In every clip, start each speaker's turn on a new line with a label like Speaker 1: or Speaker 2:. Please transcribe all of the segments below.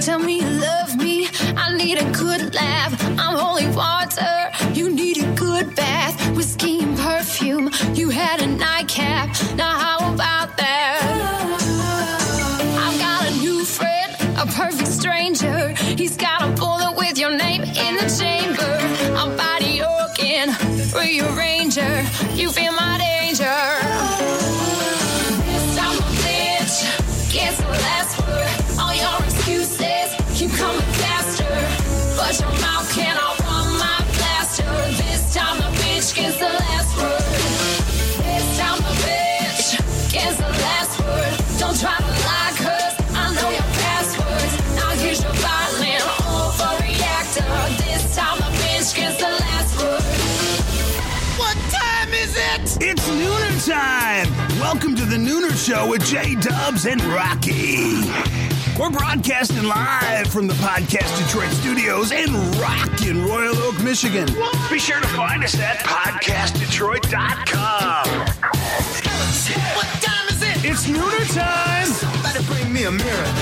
Speaker 1: Tell me you love me. I need a good laugh. I'm holy water. You need a good bath. Whiskey and perfume. You had a nightcap. Now, how about that? I've got a new friend, a perfect stranger. He's got a bullet with your name in the chamber. I'm body organ, rearranger. You feel my danger. This time I'm a bitch. Guess the last word. All your excuses keep coming faster. But your mouth cannot run my plaster. This time a bitch gets the last word. This time a bitch gets the last word. Don't try to lie, cause I know your passwords. Now here's your violin overreactor. This time a bitch gets the last word.
Speaker 2: What time is it? It's Nooner time. Welcome to the Nooner Show with Jay Dubs and Rocky. We're broadcasting live from the Podcast Detroit studios in rockin' Royal Oak, Michigan. Be sure to find us at podcastdetroit.com.
Speaker 3: What time is it?
Speaker 2: It's Nooner time.
Speaker 3: Better bring me a mirror.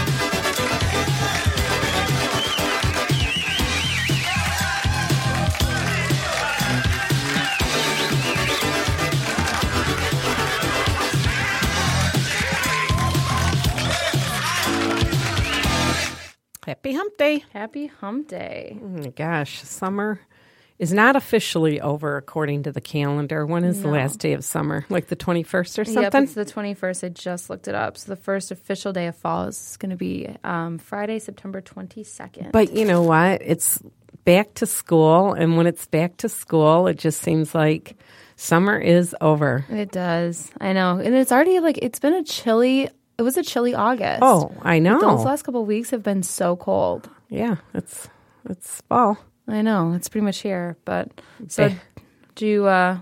Speaker 4: Happy Hump Day.
Speaker 5: Happy Hump Day.
Speaker 4: Oh my gosh, summer is not officially over according to the calendar. When is the last day of summer? Like the 21st or
Speaker 5: Yep,
Speaker 4: something?
Speaker 5: it's the 21st. I just looked it up. So the first official day of fall is going to be um, Friday, September 22nd.
Speaker 4: but you know what? It's back to school. And when it's back to school, it just seems like summer is over.
Speaker 5: it does. I know. And it's already like, it's been a chilly, it was a chilly August.
Speaker 4: Oh, I know.
Speaker 5: Those last couple of weeks have been so cold.
Speaker 4: yeah, it's, it's fall.
Speaker 5: I know. It's pretty much here. But so
Speaker 4: Bah.
Speaker 5: do you, uh,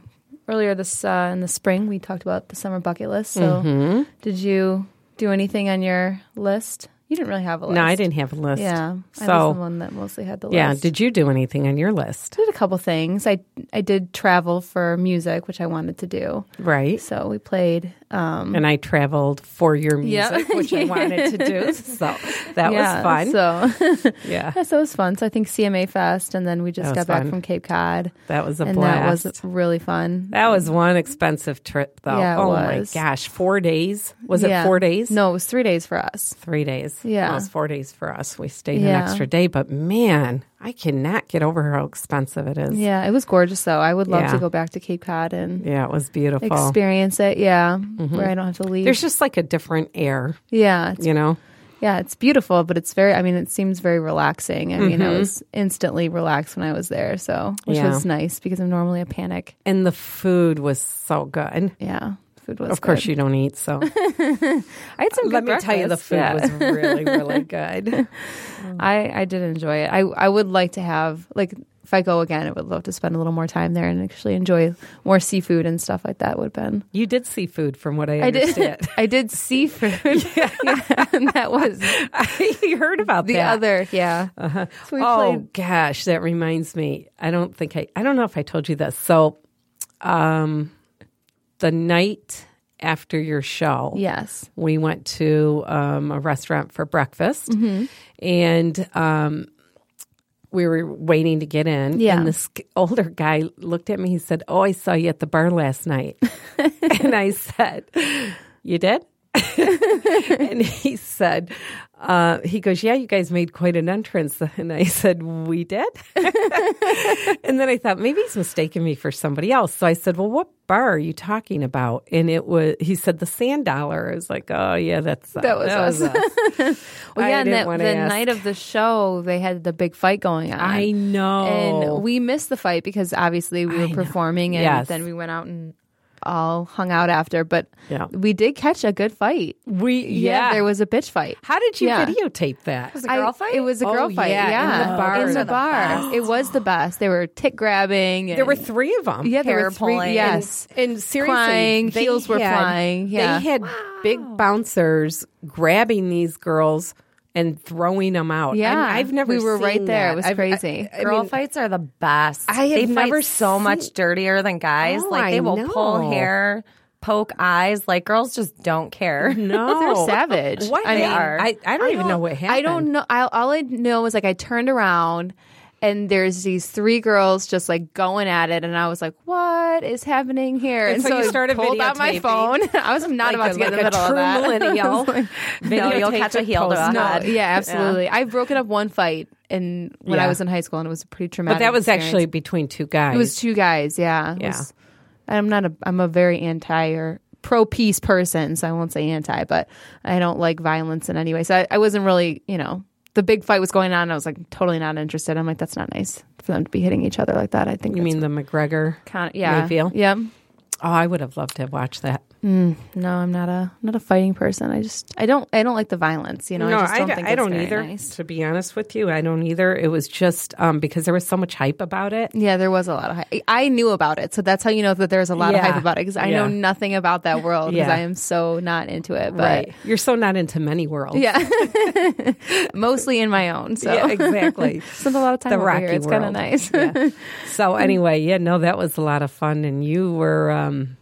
Speaker 5: earlier this uh, in the spring, we talked about the summer bucket list. So
Speaker 4: Mm-hmm.
Speaker 5: did you do anything on your list? You didn't really have a list.
Speaker 4: No, I didn't have a list.
Speaker 5: Yeah. I was the
Speaker 4: So,
Speaker 5: one that mostly had the list.
Speaker 4: yeah, did you do anything on your list?
Speaker 5: did a couple things. I I did travel for music, which I wanted to do.
Speaker 4: Right.
Speaker 5: So we played. Um,
Speaker 4: and I traveled for your
Speaker 5: Yeah.
Speaker 4: music, which I wanted to do. So that
Speaker 5: yeah,
Speaker 4: was fun.
Speaker 5: So
Speaker 4: yeah,
Speaker 5: yes, that was fun. So I think CMA Fest, and then we
Speaker 4: That
Speaker 5: just got
Speaker 4: was
Speaker 5: back
Speaker 4: fun.
Speaker 5: from Cape Cod,
Speaker 4: that was a
Speaker 5: and
Speaker 4: blast.
Speaker 5: that was really fun.
Speaker 4: That was one expensive trip, though.
Speaker 5: Yeah, it
Speaker 4: oh
Speaker 5: was.
Speaker 4: my gosh, four days? Was
Speaker 5: Yeah.
Speaker 4: it four days?
Speaker 5: No, it was three days for us.
Speaker 4: three days.
Speaker 5: Yeah.
Speaker 4: it was four days for us. We stayed an
Speaker 5: Yeah.
Speaker 4: extra day, but man, I cannot get over how expensive it is.
Speaker 5: Yeah, it was gorgeous though. I would love to
Speaker 4: Yeah.
Speaker 5: go back to Cape Cod and
Speaker 4: Yeah, it was beautiful.
Speaker 5: experience it. Yeah, where I don't have to leave.
Speaker 4: Mm-hmm. There's just like a different air,
Speaker 5: yeah, it's,
Speaker 4: you know.
Speaker 5: yeah, it's beautiful, but it's very. I mean, it seems very relaxing. I mean, I was instantly relaxed when I was there, so which
Speaker 4: Mm-hmm. Yeah.
Speaker 5: was nice because I'm normally a panic.
Speaker 4: And the food was so good.
Speaker 5: Yeah, food was.
Speaker 4: Of course,
Speaker 5: good.
Speaker 4: you don't eat, so
Speaker 5: I had some.
Speaker 4: let
Speaker 5: good
Speaker 4: me tell you, the
Speaker 5: breakfast.
Speaker 4: food
Speaker 5: Yeah.
Speaker 4: was really, really good.
Speaker 5: I I did enjoy it. I I would like to have like if I go again, I would love to spend a little more time there and actually enjoy more seafood and stuff like that. Would have been.
Speaker 4: You did see food, from what I
Speaker 5: I did.
Speaker 4: understand.
Speaker 5: I did seafood. Yeah. and that was
Speaker 4: you heard about
Speaker 5: the
Speaker 4: that.
Speaker 5: other. Yeah. So we
Speaker 4: oh
Speaker 5: played.
Speaker 4: gosh, that reminds me. I don't think I. I don't know if I told you this. So, um, the night after your show,
Speaker 5: Yes.
Speaker 4: we went to um, a restaurant for breakfast,
Speaker 5: Mm-hmm.
Speaker 4: and um, we were waiting to get in.
Speaker 5: Yeah.
Speaker 4: and this older guy looked at me. He said, "Oh, I saw you at the bar last night," and I said, "You did." and he said, uh, he goes, yeah, you guys made quite an entrance. And I said, we did. and then I thought maybe he's mistaken me for somebody else. So I said, well, what bar are you talking about? And it was, he said, the Sand Dollar. I was like, oh yeah, that's
Speaker 5: That was us. Well,
Speaker 4: I
Speaker 5: yeah, and
Speaker 4: didn't
Speaker 5: that,
Speaker 4: wanna
Speaker 5: the
Speaker 4: ask.
Speaker 5: night of the show, they had the big fight going on.
Speaker 4: I know.
Speaker 5: And we missed the fight because obviously we were performing and
Speaker 4: Yes.
Speaker 5: then we went out and all hung out after. But
Speaker 4: Yeah.
Speaker 5: we did catch a good fight.
Speaker 4: we yeah.
Speaker 5: there was a bitch fight.
Speaker 4: How did you
Speaker 5: Yeah.
Speaker 4: videotape that?
Speaker 5: I- it was a
Speaker 4: Oh,
Speaker 5: girl fight. Yeah,
Speaker 4: yeah, in the bar.
Speaker 5: In
Speaker 4: Those
Speaker 5: the
Speaker 4: are the
Speaker 5: bar. it was the best. They were tit grabbing.
Speaker 4: There were
Speaker 5: and-
Speaker 4: three of them.
Speaker 5: yeah, there were
Speaker 6: hair
Speaker 5: three.
Speaker 6: pulling.
Speaker 5: Yes,
Speaker 4: And seriously,
Speaker 5: Flying,
Speaker 4: they
Speaker 5: heels were
Speaker 4: had-
Speaker 5: flying, yeah.
Speaker 4: They had big bouncers grabbing these girls and throwing them out.
Speaker 5: Yeah.
Speaker 4: I, have never
Speaker 5: We were
Speaker 4: seen
Speaker 5: right there. It
Speaker 4: that.
Speaker 5: was
Speaker 4: I've- I-
Speaker 5: crazy.
Speaker 4: I
Speaker 6: Girl
Speaker 4: mean,
Speaker 6: fights are the best.
Speaker 4: I had
Speaker 6: They've
Speaker 4: never
Speaker 6: never so
Speaker 4: seen-
Speaker 6: much dirtier than guys.
Speaker 4: Oh,
Speaker 6: like
Speaker 4: I
Speaker 6: they will pull
Speaker 4: know.
Speaker 6: hair poke eyes. Like girls just don't care.
Speaker 4: No,
Speaker 5: They're savage.
Speaker 4: What?
Speaker 5: I
Speaker 4: I,
Speaker 5: mean,
Speaker 4: I, I don't even know what happened.
Speaker 5: I don't know. I, all I know is like I turned around and there's these three girls just like going at it, and I was like, "What is happening here?"
Speaker 4: And
Speaker 5: And
Speaker 4: so
Speaker 5: so
Speaker 4: you
Speaker 5: I
Speaker 4: started
Speaker 5: pulled out my
Speaker 4: videotaping.
Speaker 5: phone. I was not about
Speaker 4: a-
Speaker 5: to get in the
Speaker 4: like a
Speaker 5: middle of
Speaker 4: true
Speaker 5: that.
Speaker 4: millennial.
Speaker 5: I was like-
Speaker 6: No, you'll catch a heel to a
Speaker 5: no,
Speaker 6: hot.
Speaker 5: yeah, absolutely. I've broken up one fight, and when
Speaker 4: Yeah.
Speaker 5: I was in high school, and it was a pretty traumatic.
Speaker 4: But that was
Speaker 5: experience.
Speaker 4: actually between two guys.
Speaker 5: It was two guys. Yeah. It
Speaker 4: Yeah.
Speaker 5: was- I'm not a. I'm a very anti or pro peace person, so I won't say anti, but I don't like violence in any way. So I, I wasn't really, you know, the big fight was going on. I was like totally not interested. I'm like, that's not nice for them to be hitting each other like that. I think
Speaker 4: you mean the McGregor?
Speaker 5: kind of, yeah,
Speaker 4: Mayfield?
Speaker 5: yeah.
Speaker 4: Oh, I would have loved to watch that.
Speaker 5: No, I'm not a not a fighting person. I just I don't I don't like the violence. You know, I just don't
Speaker 4: d-
Speaker 5: think
Speaker 4: I
Speaker 5: it's
Speaker 4: don't
Speaker 5: very
Speaker 4: either.
Speaker 5: nice.
Speaker 4: To be honest with you, I don't either. It was just um, because there was so much hype about it.
Speaker 5: Yeah, there was a lot of hype. I knew about it, so that's how you know that there's a lot of
Speaker 4: Yeah.
Speaker 5: hype about it because I
Speaker 4: Yeah.
Speaker 5: know nothing about that world because
Speaker 4: Yeah.
Speaker 5: I am so not into it. But
Speaker 4: You're so not into many worlds.
Speaker 5: Yeah. Mostly in my own. So
Speaker 4: Yeah, exactly.
Speaker 5: spent a lot of time
Speaker 4: The
Speaker 5: over
Speaker 4: Rocky
Speaker 5: here. It's kind
Speaker 4: world.
Speaker 5: of nice.
Speaker 4: so anyway, yeah, no, that was a lot of fun, and you were um,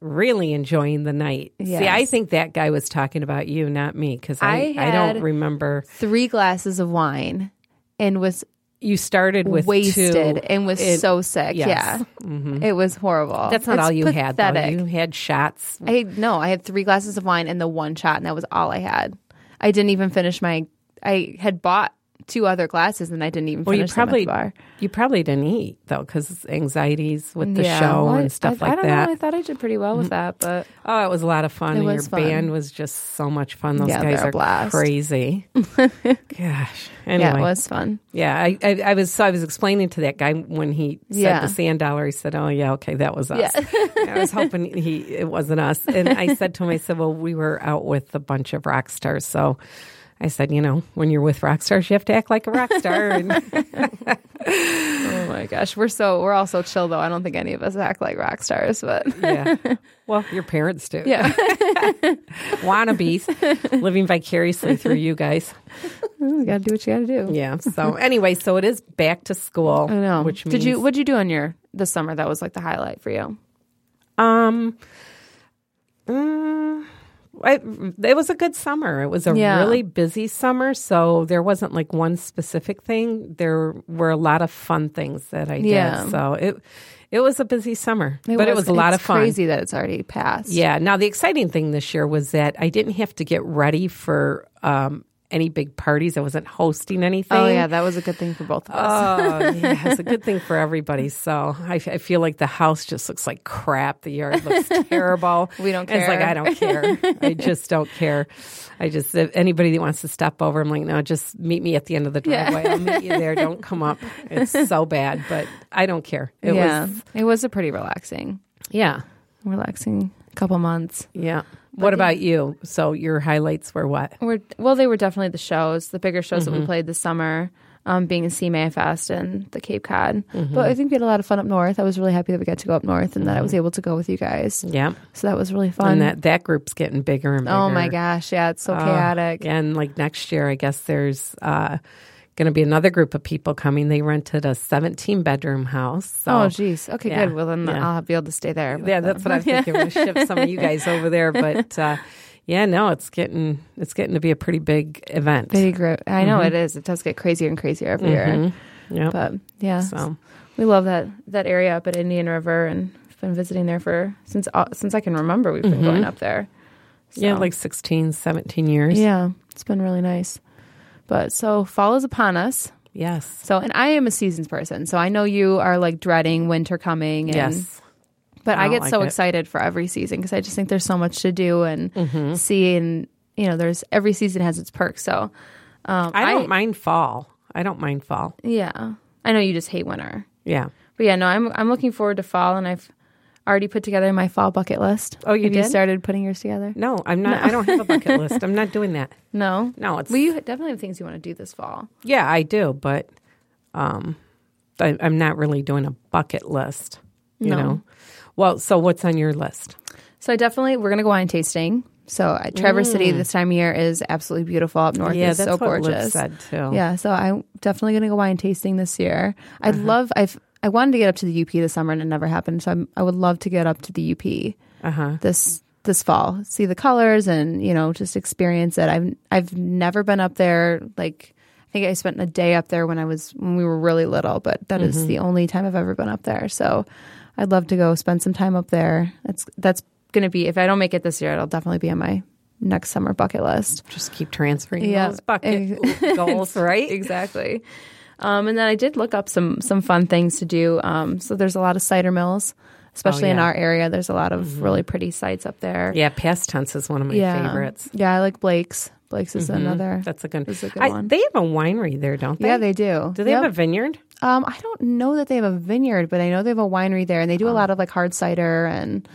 Speaker 4: really enjoying the night. See, I
Speaker 5: Yes.
Speaker 4: think that guy was talking about you, not me, because I,
Speaker 5: I
Speaker 4: I, don't
Speaker 5: had-
Speaker 4: remember.
Speaker 5: Three glasses of wine and was
Speaker 4: You started with two.
Speaker 5: wasted and was
Speaker 4: It-
Speaker 5: so sick.
Speaker 4: yes. Mm-hmm.
Speaker 5: Yeah. It was horrible.
Speaker 4: That's not
Speaker 5: It's
Speaker 4: all you had.
Speaker 5: pathetic.
Speaker 4: Though. You had shots.
Speaker 5: I no, I had three glasses of wine and the one shot, and that was all I had. I didn't even finish my. I had bought two other glasses, and I didn't even
Speaker 4: Well, you
Speaker 5: finish them at
Speaker 4: probably
Speaker 5: the bar.
Speaker 4: you probably didn't eat though, because anxieties with the
Speaker 5: Yeah.
Speaker 4: show
Speaker 5: Well, I-
Speaker 4: and stuff
Speaker 5: I,
Speaker 4: like
Speaker 5: I don't
Speaker 4: that.
Speaker 5: know. I thought I did pretty well with that, but
Speaker 4: Oh, it was a lot of fun.
Speaker 5: It
Speaker 4: and your
Speaker 5: was fun.
Speaker 4: band was just so much fun. Those
Speaker 5: Yeah,
Speaker 4: guys
Speaker 5: they're a
Speaker 4: are
Speaker 5: blast.
Speaker 4: crazy. Gosh. Anyway.
Speaker 5: yeah, it was fun.
Speaker 4: Yeah, I, I, I was so I was explaining to that guy when he said
Speaker 5: Yeah.
Speaker 4: the sand dollar. He said, "Oh yeah, okay, that was us." I was hoping he it wasn't us. And I said to him, "I said, well, we were out with a bunch of rock stars, so." I said, you know, when you're with rock stars, you have to act like a rock star. And
Speaker 5: Oh my gosh, we're so we're all so chill though. I don't think any of us act like rock stars, but
Speaker 4: yeah, well, your parents do.
Speaker 5: yeah,
Speaker 4: wannabes living vicariously through you guys.
Speaker 5: you gotta do what you gotta do.
Speaker 4: Yeah. So anyway, so it is back to school.
Speaker 5: I know.
Speaker 4: Which means,
Speaker 5: did you? What'd you do on your this summer? That was like the highlight for you.
Speaker 4: Um. mm, I, it was a good summer. It was a
Speaker 5: Yeah.
Speaker 4: really busy summer, so there wasn't like one specific thing. There were a lot of fun things that I did.
Speaker 5: Yeah.
Speaker 4: So it it was a busy summer, but it was a lot
Speaker 5: it's
Speaker 4: of fun.
Speaker 5: Crazy that it's already passed.
Speaker 4: Yeah. Now the exciting thing this year was that I didn't have to get ready for um, any big parties. I wasn't hosting anything.
Speaker 5: Oh yeah, that was a good thing for both of us.
Speaker 4: Oh, yeah, it's a good thing for everybody. So I, f- I feel like the house just looks like crap. The yard looks terrible.
Speaker 5: We don't
Speaker 4: And It's like
Speaker 5: care.
Speaker 4: I don't care. I just don't care. I just if anybody that wants to stop over, I'm like, no, just meet me at the end of the driveway. I'll meet you there. Don't come up. It's so bad, but I don't care. Oh, It
Speaker 5: yeah,
Speaker 4: was
Speaker 5: it was a pretty relaxing,
Speaker 4: yeah,
Speaker 5: relaxing couple months.
Speaker 4: yeah. What about you? So your highlights were what?
Speaker 5: We're, well, they were definitely the shows, the bigger shows
Speaker 4: Mm-hmm.
Speaker 5: that we played this summer, um, being in Sea Manifest and the Cape Cod.
Speaker 4: Mm-hmm.
Speaker 5: But I think we had a lot of fun up north. I was really happy that we got to go up north and that I was able to go with you guys.
Speaker 4: Yeah.
Speaker 5: So that was really fun.
Speaker 4: And that that group's getting bigger and bigger. Oh,
Speaker 5: oh my gosh, yeah, it's so chaotic.
Speaker 4: And like next year, I guess there's uh, going to be another group of people coming. They rented a 17 bedroom house. So.
Speaker 5: Oh geez. Okay,
Speaker 4: Yeah,
Speaker 5: good. Well then
Speaker 4: yeah.
Speaker 5: I'll be able to stay there. with
Speaker 4: yeah,
Speaker 5: them.
Speaker 4: that's what I'm thinking. We'll ship some of you guys over there, but uh, yeah, no, it's getting it's getting to be a pretty big event.
Speaker 5: Big group. I know it is. It does get crazier and crazier every year.
Speaker 4: Mm-hmm. Yep.
Speaker 5: But yeah,
Speaker 4: so
Speaker 5: we love that that area up at Indian River, and I've been visiting there for since uh, since I can remember. We've been going up there.
Speaker 4: Mm-hmm. yeah,
Speaker 5: So-
Speaker 4: like 16, 17 years.
Speaker 5: Yeah, it's been really nice. But so fall is upon us.
Speaker 4: Yes.
Speaker 5: So, and I am a seasons person. So I know you are like dreading winter coming. And,
Speaker 4: Yes.
Speaker 5: But
Speaker 4: I
Speaker 5: I,
Speaker 4: don't
Speaker 5: get
Speaker 4: like
Speaker 5: so
Speaker 4: it.
Speaker 5: excited for every season because I just think there's so much to do and
Speaker 4: Mm-hmm.
Speaker 5: see. And, you know, there's every season has its perks. So, um,
Speaker 4: I don't mind fall. I don't mind fall.
Speaker 5: Yeah. I know you just hate winter.
Speaker 4: Yeah.
Speaker 5: But yeah, no, I'm, I'm looking forward to fall and I've already put together my fall bucket list.
Speaker 4: Oh, you
Speaker 5: Have
Speaker 4: did?
Speaker 5: you started putting yours together?
Speaker 4: No, I'm not. I don't have a bucket list. I'm not doing that.
Speaker 5: No.
Speaker 4: No, it's
Speaker 5: Well, you definitely have things you want to do this fall.
Speaker 4: Yeah, I do, but um, I, I'm not really doing a bucket list. You know, well, so what's on your list?
Speaker 5: So I definitely we're gonna go wine tasting. So uh, Traverse City this time of year is absolutely beautiful up north.
Speaker 4: Mm. Yeah,
Speaker 5: it's
Speaker 4: that's
Speaker 5: so
Speaker 4: what Liv
Speaker 5: gorgeous.
Speaker 4: said, too.
Speaker 5: Yeah, so I'm definitely gonna go wine tasting this year.
Speaker 4: Uh-huh.
Speaker 5: I'd love I've I wanted to get up to the UP this summer and it never happened. So I'm, I would love to get up to the UP this this fall. See the colors and you know just experience it. I've I've never been up there. Like I think I spent a day up there when I was when we were really little, but that is
Speaker 4: Mm-hmm.
Speaker 5: the only time I've ever been up there. So I'd love to go spend some time up there. That's that's gonna be if I don't make it this year, it'll definitely be on my next summer bucket list.
Speaker 4: Just keep transferring
Speaker 5: Yeah.
Speaker 4: those bucket goals, right?
Speaker 5: Exactly. Um, and then I did look up some some fun things to do. Um, so there's a lot of cider mills, especially
Speaker 4: Oh, yeah.
Speaker 5: in
Speaker 4: Mm-hmm.
Speaker 5: our area. There's a lot of really pretty sites up there.
Speaker 4: Yeah, past tense is one of my
Speaker 5: yeah.
Speaker 4: favorites. Mm-hmm.
Speaker 5: Yeah, I like Blake's. Blake's is another.
Speaker 4: That's a good,
Speaker 5: That's a good
Speaker 4: I-
Speaker 5: one.
Speaker 4: They have a winery there, don't they?
Speaker 5: yeah, they do.
Speaker 4: Do they have a
Speaker 5: Yep.
Speaker 4: vineyard?
Speaker 5: Um, I don't know that they have a vineyard, but I know they have a winery there, and they do
Speaker 4: Oh.
Speaker 5: a lot of like hard cider and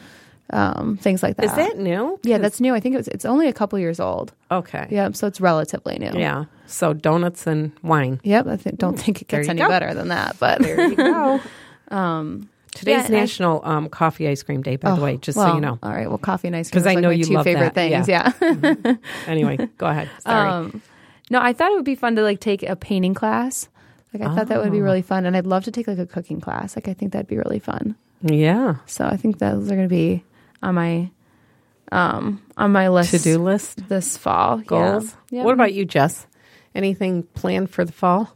Speaker 5: um, things like that.
Speaker 4: Is that new?
Speaker 5: Yeah, that's new. I think it's it's only a couple years old.
Speaker 4: Okay.
Speaker 5: Yeah, so it's relatively new.
Speaker 4: Yeah. So donuts and wine.
Speaker 5: Yep. I th- don't think it
Speaker 4: There
Speaker 5: gets
Speaker 4: you
Speaker 5: any
Speaker 4: go.
Speaker 5: better than that, but
Speaker 4: Today's
Speaker 5: and I-
Speaker 4: National um, Coffee Ice Cream Day, by the way, just so
Speaker 5: Well,
Speaker 4: you know.
Speaker 5: All right. Well, coffee and ice cream
Speaker 4: 'Cause
Speaker 5: is
Speaker 4: I
Speaker 5: like
Speaker 4: know
Speaker 5: my
Speaker 4: you
Speaker 5: two
Speaker 4: love
Speaker 5: favorite
Speaker 4: that. Mm.
Speaker 5: things. Yeah.
Speaker 4: Anyway, go ahead. Sorry.
Speaker 5: Um, no, I thought it would be fun to like take a painting class. Like I thought that would be
Speaker 4: Oh.
Speaker 5: really fun, and I'd love to take like a cooking class. Like I think that'd be really fun.
Speaker 4: yeah.
Speaker 5: So I think those are going to be on my um on my list
Speaker 4: To do list
Speaker 5: this fall
Speaker 4: goals.
Speaker 5: Yeah. Yep.
Speaker 4: What about you, Jess? Anything planned for the fall?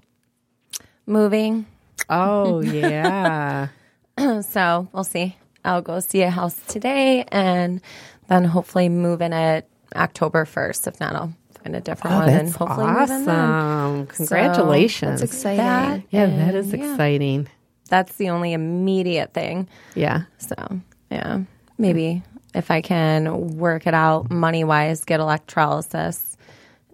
Speaker 6: Moving.
Speaker 4: Oh, yeah.
Speaker 6: So we'll see. I'll go see a house today and then hopefully move in at October 1st. If not, I'll find a different
Speaker 4: Oh,
Speaker 6: one and
Speaker 4: that's
Speaker 6: hopefully move in then.
Speaker 4: awesome. Congratulations.
Speaker 5: That's exciting.
Speaker 6: That,
Speaker 4: yeah, that is
Speaker 6: yeah.
Speaker 4: exciting.
Speaker 6: That's the only immediate thing.
Speaker 4: Yeah.
Speaker 6: So, yeah, maybe if I can work it out money wise, get electrolysis.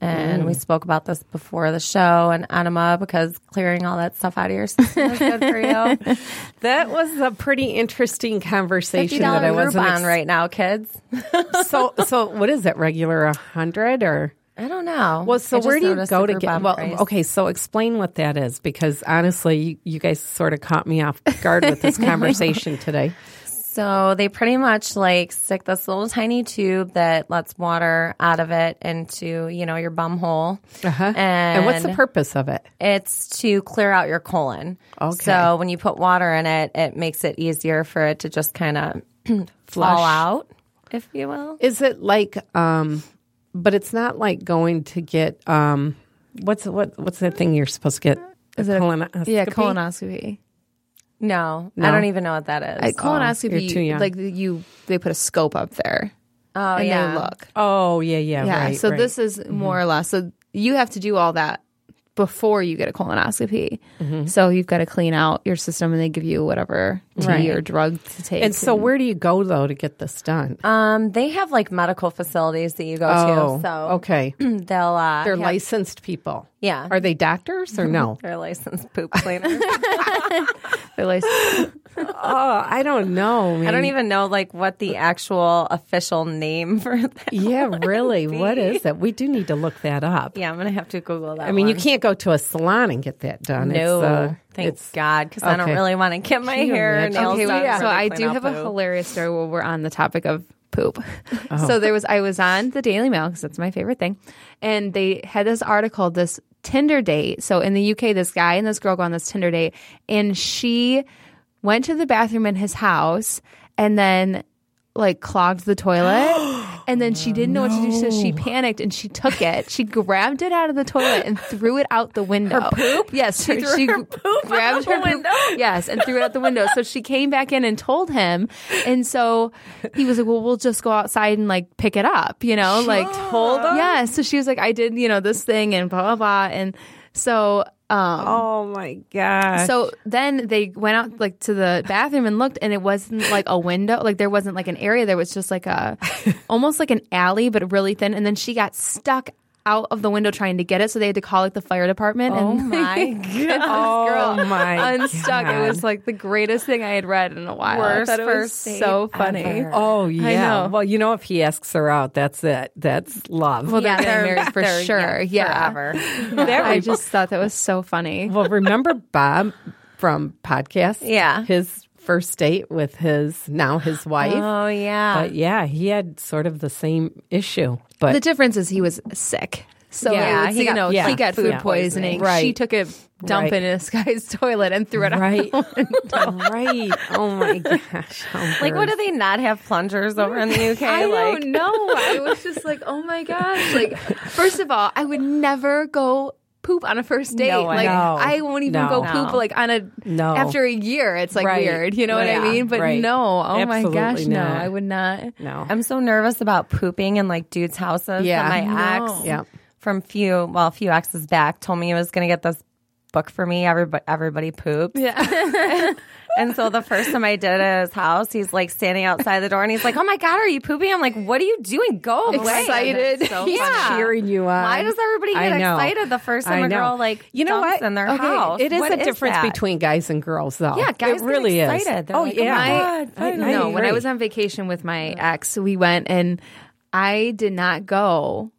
Speaker 6: And
Speaker 4: Mm.
Speaker 6: we spoke about this before the show and enema because clearing all that stuff out of your system is good for you.
Speaker 4: That was a pretty interesting
Speaker 6: Fifty
Speaker 4: conversation that I
Speaker 6: dollar
Speaker 4: wasn't
Speaker 6: Groupon
Speaker 4: ex-
Speaker 6: right now, kids.
Speaker 4: so so what is it regular 100 or
Speaker 6: I don't know.
Speaker 4: Well, Oh, so
Speaker 6: I just
Speaker 4: where do you
Speaker 6: noticed
Speaker 4: go
Speaker 6: the
Speaker 4: to
Speaker 6: group
Speaker 4: get?
Speaker 6: on
Speaker 4: Well,
Speaker 6: price.
Speaker 4: okay, so explain what that is because honestly, you, you guys sort of caught me off guard with this conversation today.
Speaker 6: So they pretty much like stick this little tiny tube that lets water out of it into you know your bum hole.
Speaker 4: Uh-huh. And, what's the
Speaker 6: And-
Speaker 4: purpose of it?
Speaker 6: It's to clear out your colon.
Speaker 4: Okay.
Speaker 6: So when you put water in it, it makes it easier for it to just kind of
Speaker 4: Flush.
Speaker 6: fall out, if you will.
Speaker 4: Is it like, um, but it's not like going to get um, what's what what's that thing you're supposed to get? uh,
Speaker 5: Is it a-
Speaker 4: colonoscopy?
Speaker 5: Yeah, colonoscopy.
Speaker 6: No, I don't even know what that is.
Speaker 5: I,
Speaker 4: you're
Speaker 5: colonoscopy,
Speaker 4: too young.
Speaker 5: like you, they put a scope up there.
Speaker 6: oh
Speaker 5: and
Speaker 6: yeah.
Speaker 5: they look.
Speaker 4: Oh yeah, yeah,
Speaker 5: Yeah.
Speaker 4: Right, Mm-hmm.
Speaker 5: so
Speaker 4: right.
Speaker 5: this is more or less. So you have to do all that before you get a colonoscopy.
Speaker 4: Mm-hmm.
Speaker 5: So you've got to clean out your system, and they give you whatever tea
Speaker 4: Right.
Speaker 5: or drug to take.
Speaker 4: and so where do you go though to get this done?
Speaker 6: Um, they have like medical facilities that you go
Speaker 4: oh,
Speaker 6: to. So
Speaker 4: okay,
Speaker 6: they'll uh,
Speaker 4: they're
Speaker 6: have-
Speaker 4: licensed people.
Speaker 6: Yeah.
Speaker 4: are they doctors or no?
Speaker 6: They're licensed poop cleaners.
Speaker 5: They're like,
Speaker 4: oh, I don't know.
Speaker 6: I don't
Speaker 4: man.
Speaker 6: even know like what the actual official name for that.
Speaker 4: Yeah, really. What
Speaker 6: be.
Speaker 4: is it? We do need to look that up.
Speaker 6: Yeah, I'm gonna have to Google that.
Speaker 4: I mean, you
Speaker 6: one.
Speaker 4: can't go to a salon and get that done.
Speaker 6: No,
Speaker 4: It's, uh,
Speaker 6: thank
Speaker 4: it's-
Speaker 6: God, because I don't
Speaker 4: okay.
Speaker 6: really want to get my
Speaker 4: you
Speaker 6: hair and
Speaker 4: imagine?
Speaker 6: nails
Speaker 5: Okay,
Speaker 6: done.
Speaker 5: well,
Speaker 6: for
Speaker 5: so
Speaker 6: the
Speaker 5: I
Speaker 6: clean
Speaker 5: do
Speaker 6: out
Speaker 5: have
Speaker 6: poo.
Speaker 5: a hilarious story while we're on the topic of poop. So there was I was on the Daily Mail because that's my favorite thing, and they had this article this Tinder date. So in the UK, this guy and this girl go on this Tinder date, and she went to the bathroom in his house, and then like clogged the toilet and then she didn't know what to do so she panicked and she took it she grabbed it out of the toilet and threw it out the window her poop yes she, she grabbed her window yes and threw it out the window so she came back in and told him and so he was like well we'll just go outside and like pick it up you know like told him yeah so she was like i did you know this thing and blah blah blah and so um
Speaker 4: Oh my God.
Speaker 5: so then they went out like to the bathroom and looked, and it wasn't like a window, like there wasn't like an area. There was just like a, almost like an alley, but really thin. And then she got stuck out of the window trying to get it, so they had to call like the fire department.
Speaker 6: Oh
Speaker 5: and
Speaker 6: my god!
Speaker 4: oh
Speaker 5: girl,
Speaker 4: my
Speaker 5: unstuck.
Speaker 4: God.
Speaker 5: It was like the greatest thing I had read in a while.
Speaker 6: Worst
Speaker 5: I thought it was
Speaker 6: first date
Speaker 5: so funny.
Speaker 6: ever.
Speaker 4: Oh yeah.
Speaker 5: know.
Speaker 4: Well, you know, if he asks her out, that's it. That's love. Well,
Speaker 5: Well, they're getting married for
Speaker 6: they're-
Speaker 5: sure. Yeah,
Speaker 6: forever.
Speaker 5: I just thought that was so funny.
Speaker 4: remember Bob from podcast?
Speaker 6: Yeah.
Speaker 4: his first date with his now his wife. Uh,
Speaker 6: Oh yeah.
Speaker 4: but yeah, he had sort of the same issue. But
Speaker 5: the difference is he was sick. So
Speaker 6: Yeah,
Speaker 5: it was,
Speaker 6: he
Speaker 5: you
Speaker 6: got-
Speaker 5: know,
Speaker 4: yeah,
Speaker 5: he got
Speaker 6: food
Speaker 5: food, poisoning.
Speaker 6: poisoning.
Speaker 5: She
Speaker 4: Right.
Speaker 5: took a dump
Speaker 4: Right.
Speaker 5: in this guy's toilet and threw it out.
Speaker 4: Right.
Speaker 6: Oh,
Speaker 4: right. Oh my gosh. Oh, How
Speaker 6: Like, what
Speaker 4: embarrassing.
Speaker 6: do they not have plungers over in the UK?
Speaker 5: I
Speaker 6: like,
Speaker 5: don't know. I was just like, oh my gosh. Like, first of all, I would never go poop on a first date.
Speaker 6: No, I
Speaker 5: like,
Speaker 4: know.
Speaker 5: I won't even
Speaker 4: No.
Speaker 5: go poop like on a
Speaker 4: No.
Speaker 5: after a year. It's like
Speaker 4: Right.
Speaker 5: weird. You know
Speaker 4: Yeah,
Speaker 5: what I mean? But
Speaker 4: right.
Speaker 5: no. Oh
Speaker 4: Absolutely
Speaker 5: my gosh. No,
Speaker 4: not.
Speaker 5: I would not.
Speaker 4: No.
Speaker 6: I'm so nervous about pooping in like dudes' houses.
Speaker 5: Yeah.
Speaker 6: that my
Speaker 5: No.
Speaker 6: ex
Speaker 4: Yeah.
Speaker 6: from few well, a few exes back told me he was gonna get this book for me. Everybody, everybody poops.
Speaker 5: Yeah.
Speaker 6: And so the first time I did it at his house, he's like standing outside the door and he's like, "Oh my god, are you pooping?" I'm like, "What are you doing? Go away!"
Speaker 5: Excited.
Speaker 6: yeah.
Speaker 4: cheering you on.
Speaker 6: Why does everybody
Speaker 4: Um, I
Speaker 6: get
Speaker 4: know.
Speaker 6: excited the first time
Speaker 4: I
Speaker 6: a
Speaker 4: know.
Speaker 6: girl like
Speaker 4: you know
Speaker 6: dumps
Speaker 4: what?
Speaker 6: in their
Speaker 4: okay,
Speaker 6: house?
Speaker 4: It is
Speaker 6: What
Speaker 4: a difference
Speaker 6: that?
Speaker 4: between guys and girls, though.
Speaker 6: Yeah, guys
Speaker 4: it
Speaker 6: get
Speaker 4: really is.
Speaker 6: excited. They're
Speaker 4: oh
Speaker 6: like, oh
Speaker 4: yeah,
Speaker 6: my
Speaker 5: I,
Speaker 6: God, finally.
Speaker 5: no, when I
Speaker 4: agree.
Speaker 5: was on vacation with my ex, we went and I did not go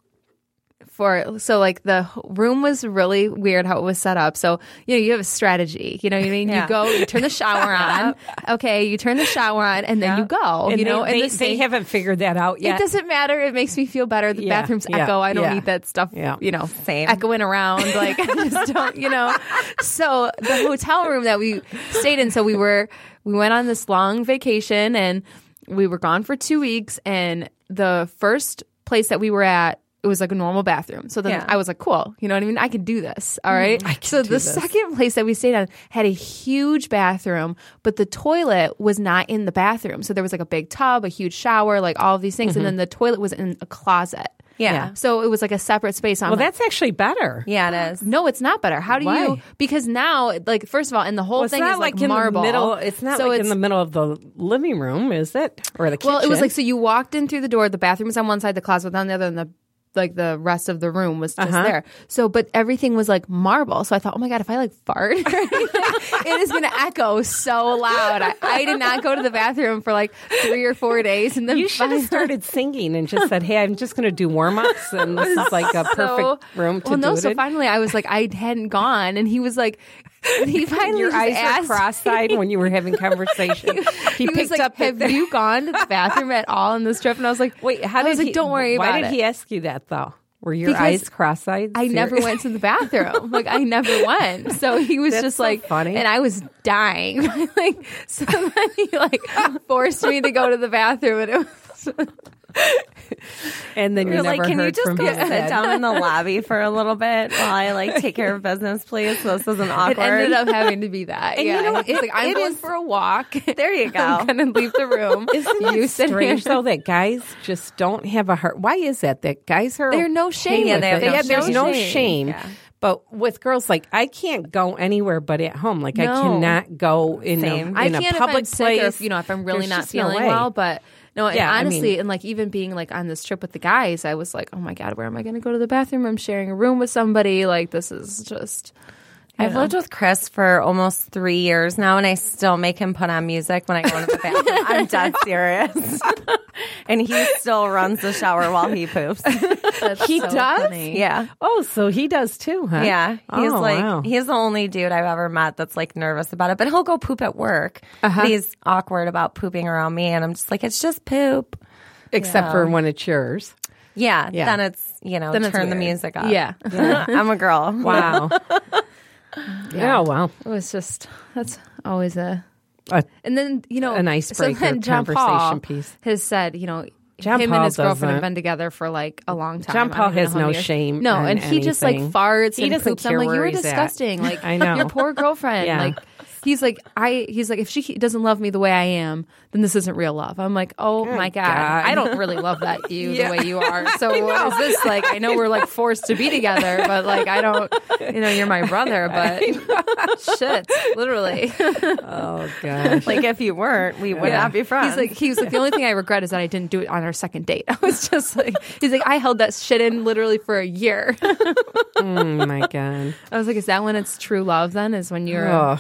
Speaker 5: for so like the h- room was really weird how it was set up. So you know you have a strategy. You know what I mean.
Speaker 6: Yeah.
Speaker 5: You go, you turn the shower on. Okay, you turn the shower on, and then you go.
Speaker 4: And
Speaker 5: you
Speaker 4: they-
Speaker 5: know,
Speaker 4: they,
Speaker 5: and the
Speaker 4: they
Speaker 5: sink-
Speaker 4: haven't figured that out
Speaker 5: It
Speaker 4: yet.
Speaker 5: doesn't matter. It makes me feel better. The
Speaker 4: Yeah,
Speaker 5: bathrooms
Speaker 4: yeah,
Speaker 5: echo. I don't
Speaker 4: yeah.
Speaker 5: need that stuff.
Speaker 4: Yeah.
Speaker 5: You know,
Speaker 6: Same.
Speaker 5: echoing around. Like I just don't. You know. So the hotel room that we stayed in. So we were we went on this long vacation and we were gone for two weeks. And the first place that we were at. It was like a normal bathroom. So then
Speaker 6: Yeah.
Speaker 5: I was like, cool, you know what I mean? I can do this. All right. so the second place that we stayed on had a huge bathroom, but the toilet was not in the bathroom. So there was like a big tub, a huge shower, like all of these things. And then the toilet was in a closet.
Speaker 6: Yeah.
Speaker 5: So it was like a separate space. So I'm
Speaker 4: well,
Speaker 5: like,
Speaker 4: that's actually better.
Speaker 6: yeah, it is.
Speaker 5: no, it's not better. How do
Speaker 4: Why?
Speaker 5: you? Because now, like, first of all, and the whole
Speaker 4: Well, it's
Speaker 5: thing
Speaker 4: not
Speaker 5: is like,
Speaker 4: in
Speaker 5: marble.
Speaker 4: the middle. It's not
Speaker 5: so
Speaker 4: like
Speaker 5: it's,
Speaker 4: in the middle of the living room, is it? Or the kitchen?
Speaker 5: Well, it was like so you walked in through the door. The bathroom was on one side, the closet was on the other, and the like the rest of the room was just there. So, but everything was like marble. So I thought, oh my god, if I like fart, it is going to echo so loud. I, I did not go to the bathroom for like three or four days, and then
Speaker 4: You should have
Speaker 5: finally-
Speaker 4: started singing and just said, "Hey, I'm just going to do warm ups, and this is like a
Speaker 5: So-
Speaker 4: perfect room to
Speaker 5: well,
Speaker 4: do
Speaker 5: no.
Speaker 4: it."
Speaker 5: So
Speaker 4: in."
Speaker 5: finally, I was like, I hadn't gone, and he was like, and he finally
Speaker 4: Your
Speaker 5: just
Speaker 4: eyes
Speaker 5: asked,
Speaker 4: were cross-eyed when you were having conversation. He,
Speaker 5: He,
Speaker 4: picked
Speaker 5: was like,
Speaker 4: up.
Speaker 5: "Have
Speaker 4: that-
Speaker 5: you gone to the bathroom at all on this trip?" And I was like,
Speaker 4: Wait, how
Speaker 5: I
Speaker 4: did
Speaker 5: was like,
Speaker 4: he?
Speaker 5: "Don't worry
Speaker 4: why
Speaker 5: about
Speaker 4: did
Speaker 5: it."
Speaker 4: he ask you that though? Were your
Speaker 5: Because
Speaker 4: eyes cross-eyed?
Speaker 5: I never
Speaker 4: Seriously?
Speaker 5: went to the bathroom. Like I never went. So he was
Speaker 4: That's
Speaker 5: just
Speaker 4: so
Speaker 5: like
Speaker 4: funny.
Speaker 5: and I was dying. like so then he like forced me to go to the bathroom and it was
Speaker 4: And then you
Speaker 6: You're
Speaker 4: never
Speaker 6: like, can
Speaker 4: heard
Speaker 6: you just
Speaker 4: from
Speaker 6: go
Speaker 4: him
Speaker 6: sit
Speaker 4: again."
Speaker 6: down in the lobby for a little bit while I like take care of business, please? So this isn't
Speaker 5: it
Speaker 6: awkward.
Speaker 5: ended up having to be that. yeah.
Speaker 4: know,
Speaker 5: it's like I'm
Speaker 4: it
Speaker 5: going
Speaker 4: is-
Speaker 5: for a walk.
Speaker 6: there you go.
Speaker 5: I'm gonna leave the room.
Speaker 4: Isn't that
Speaker 5: you sit
Speaker 4: strange
Speaker 5: here.
Speaker 4: though that guys just don't have a heart? Why is that? That guys are
Speaker 5: They're no
Speaker 4: okay
Speaker 5: shame.
Speaker 4: with
Speaker 5: Yeah,
Speaker 6: they have
Speaker 4: it.
Speaker 6: no
Speaker 4: there's
Speaker 6: shame.
Speaker 4: no
Speaker 5: Yeah.
Speaker 4: shame. But with girls, like I can't go anywhere but at home. Like I
Speaker 5: No.
Speaker 4: cannot go in a,
Speaker 6: Same.
Speaker 4: in
Speaker 5: I
Speaker 4: a public
Speaker 5: can't if I'm
Speaker 4: place.
Speaker 5: sick or if, you know, if I'm really
Speaker 4: There's
Speaker 5: not
Speaker 4: just no
Speaker 5: feeling
Speaker 4: way.
Speaker 5: well. But no, and
Speaker 4: Yeah, I
Speaker 5: honestly,
Speaker 4: mean-
Speaker 5: and like even being like on this trip with the guys, I was like, oh my god, where am I going to go to the bathroom? I'm sharing a room with somebody. Like this is just.
Speaker 6: I've lived with Chris for almost three years now, and I still make him put on music when I go into the bathroom. I'm dead serious. and he still runs the shower while he poops.
Speaker 5: That's
Speaker 4: He
Speaker 5: so
Speaker 4: does?
Speaker 5: funny.
Speaker 6: Yeah.
Speaker 4: Oh, so he does too, huh?
Speaker 6: Yeah. He's
Speaker 4: oh,
Speaker 6: like,
Speaker 4: wow.
Speaker 6: he's the only dude I've ever met that's like nervous about it, but he'll go poop at work.
Speaker 5: Uh-huh.
Speaker 6: But he's awkward about pooping around me, and I'm just like, it's just poop.
Speaker 4: except for when it's yours.
Speaker 6: Yeah.
Speaker 4: Yeah.
Speaker 6: Then it's, you know,
Speaker 5: Then it's
Speaker 6: turn the
Speaker 5: weird.
Speaker 6: music off.
Speaker 5: Yeah.
Speaker 6: I'm a girl.
Speaker 4: Wow. Oh wow.
Speaker 5: It was just that's always a
Speaker 4: Uh,
Speaker 5: and then you know
Speaker 4: An icebreaker conversation
Speaker 5: Paul
Speaker 4: piece.
Speaker 5: has said you know.
Speaker 4: John
Speaker 5: him
Speaker 4: Paul
Speaker 5: and his girlfriend
Speaker 4: doesn't.
Speaker 5: have been together for like a long time.
Speaker 4: John
Speaker 5: I
Speaker 4: Paul
Speaker 5: don't even
Speaker 4: has
Speaker 5: know
Speaker 4: no
Speaker 5: how many years.
Speaker 4: shame
Speaker 5: No,
Speaker 4: on
Speaker 5: and he just like
Speaker 4: anything.
Speaker 5: farts
Speaker 4: He
Speaker 5: and
Speaker 4: doesn't
Speaker 5: poops. I'm
Speaker 4: care
Speaker 5: like,
Speaker 4: where
Speaker 5: you're
Speaker 4: he's at."
Speaker 5: disgusting. Like,
Speaker 4: I know.
Speaker 5: your poor girlfriend.
Speaker 4: Yeah.
Speaker 5: Like, he's like, I. He's like, if she doesn't love me the way I am, then this isn't real love. I'm like, oh my god,
Speaker 4: God.
Speaker 5: I don't really love that you the way you are. So what is this like? I know we're like forced to be together, but like, I don't. You know, you're my brother, but shit, literally.
Speaker 4: Oh gosh.
Speaker 6: Like if you weren't, we would not be friends.
Speaker 5: He's like, he was like, the only thing I regret is that I didn't do it on our second date. I was just like, he's like, I held that shit in literally for a year.
Speaker 4: oh my god.
Speaker 5: I was like, is that when it's true love? Then is when you're,
Speaker 4: Oh.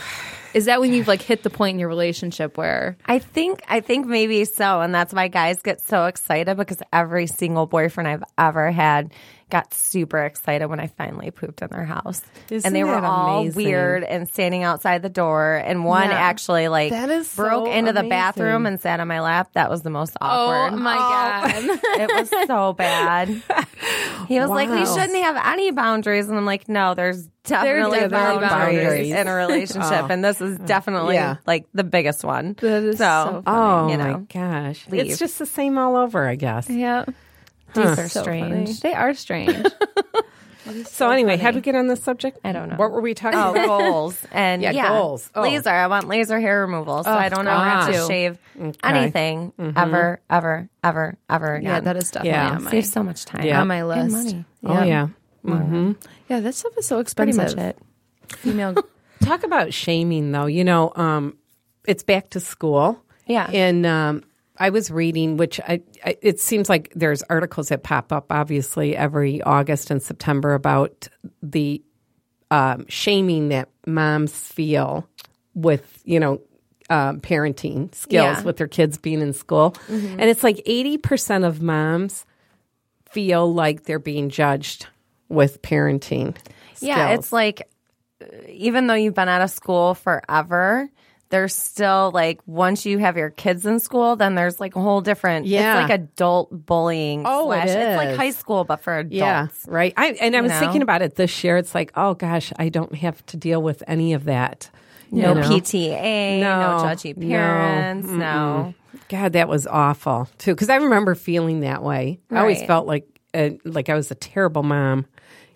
Speaker 5: is that when you've like hit the point in your relationship where
Speaker 6: I think I think maybe so, and that's why guys get so excited because every single boyfriend I've ever had, got super excited when I finally pooped in their house.
Speaker 4: Isn't
Speaker 6: and they were
Speaker 4: that
Speaker 6: all
Speaker 4: amazing?
Speaker 6: weird and standing outside the door. And one
Speaker 5: Yeah.
Speaker 6: actually like
Speaker 5: That is
Speaker 6: broke
Speaker 5: so
Speaker 6: into the
Speaker 5: amazing.
Speaker 6: bathroom and sat on my lap. That was the most awkward.
Speaker 5: Oh my god.
Speaker 6: it was so bad. He was like, "We
Speaker 4: Wow.
Speaker 6: shouldn't have any boundaries," and I'm like, "No, there's definitely,
Speaker 5: definitely
Speaker 6: boundaries,
Speaker 5: boundaries. Oh.
Speaker 6: in a relationship, and this is definitely
Speaker 4: Yeah.
Speaker 6: like the biggest one."
Speaker 5: That is so funny.
Speaker 4: Oh
Speaker 6: you
Speaker 4: my
Speaker 6: know.
Speaker 4: gosh.
Speaker 6: leave.
Speaker 4: It's just the same all over, I guess.
Speaker 5: Yeah.
Speaker 6: These are
Speaker 5: So
Speaker 6: strange.
Speaker 5: funny. They are strange.
Speaker 4: So anyway, how do we get on this subject? I
Speaker 6: don't know.
Speaker 4: What were we talking
Speaker 6: Oh,
Speaker 4: about?
Speaker 6: goals Oh, and
Speaker 4: Yeah,
Speaker 6: yeah,
Speaker 4: goals. Oh.
Speaker 6: Laser. I want laser hair removal, so I don't ever have to
Speaker 4: gosh.
Speaker 6: shave anything
Speaker 4: Mm-hmm.
Speaker 6: ever, ever, ever, ever again.
Speaker 5: yeah, that is definitely
Speaker 4: Yeah.
Speaker 5: on my
Speaker 6: saves so much time.
Speaker 4: Yeah.
Speaker 5: on my
Speaker 6: And
Speaker 5: list.
Speaker 6: money.
Speaker 4: Oh yeah.
Speaker 5: Yeah, that stuff is so
Speaker 6: Pretty
Speaker 5: expensive.
Speaker 6: much it.
Speaker 5: Female
Speaker 4: Talk about shaming, though. You know, um, it's back to school.
Speaker 6: Yeah.
Speaker 4: And um, I was reading, which I, I, it seems like there's articles that pop up, obviously, every August and September about the um, shaming that moms feel with, you know, um, parenting skills
Speaker 6: Yeah. Mm-hmm.
Speaker 4: with their kids being in school. And it's like 80% of moms feel like they're being judged with parenting.
Speaker 6: Yeah,
Speaker 4: skills.
Speaker 6: it's like uh, even though you've been out of school forever, there's still like once you have your kids in school, then there's like a whole different.
Speaker 4: Yeah.
Speaker 6: it's like adult bullying.
Speaker 4: Oh, it
Speaker 6: slash, it's like
Speaker 4: is.
Speaker 6: high school but for adults.
Speaker 4: Yeah, right. I, and I was
Speaker 6: know?
Speaker 4: thinking about it this year. It's like, oh gosh, I don't have to deal with any of that. you
Speaker 6: No
Speaker 4: know?
Speaker 6: PTA, no,
Speaker 4: No,
Speaker 6: judgy
Speaker 4: no,
Speaker 6: parents, no.
Speaker 4: God, that was awful too. Because I remember feeling that way. I always
Speaker 6: Right.
Speaker 4: felt like uh, like I was a terrible mom.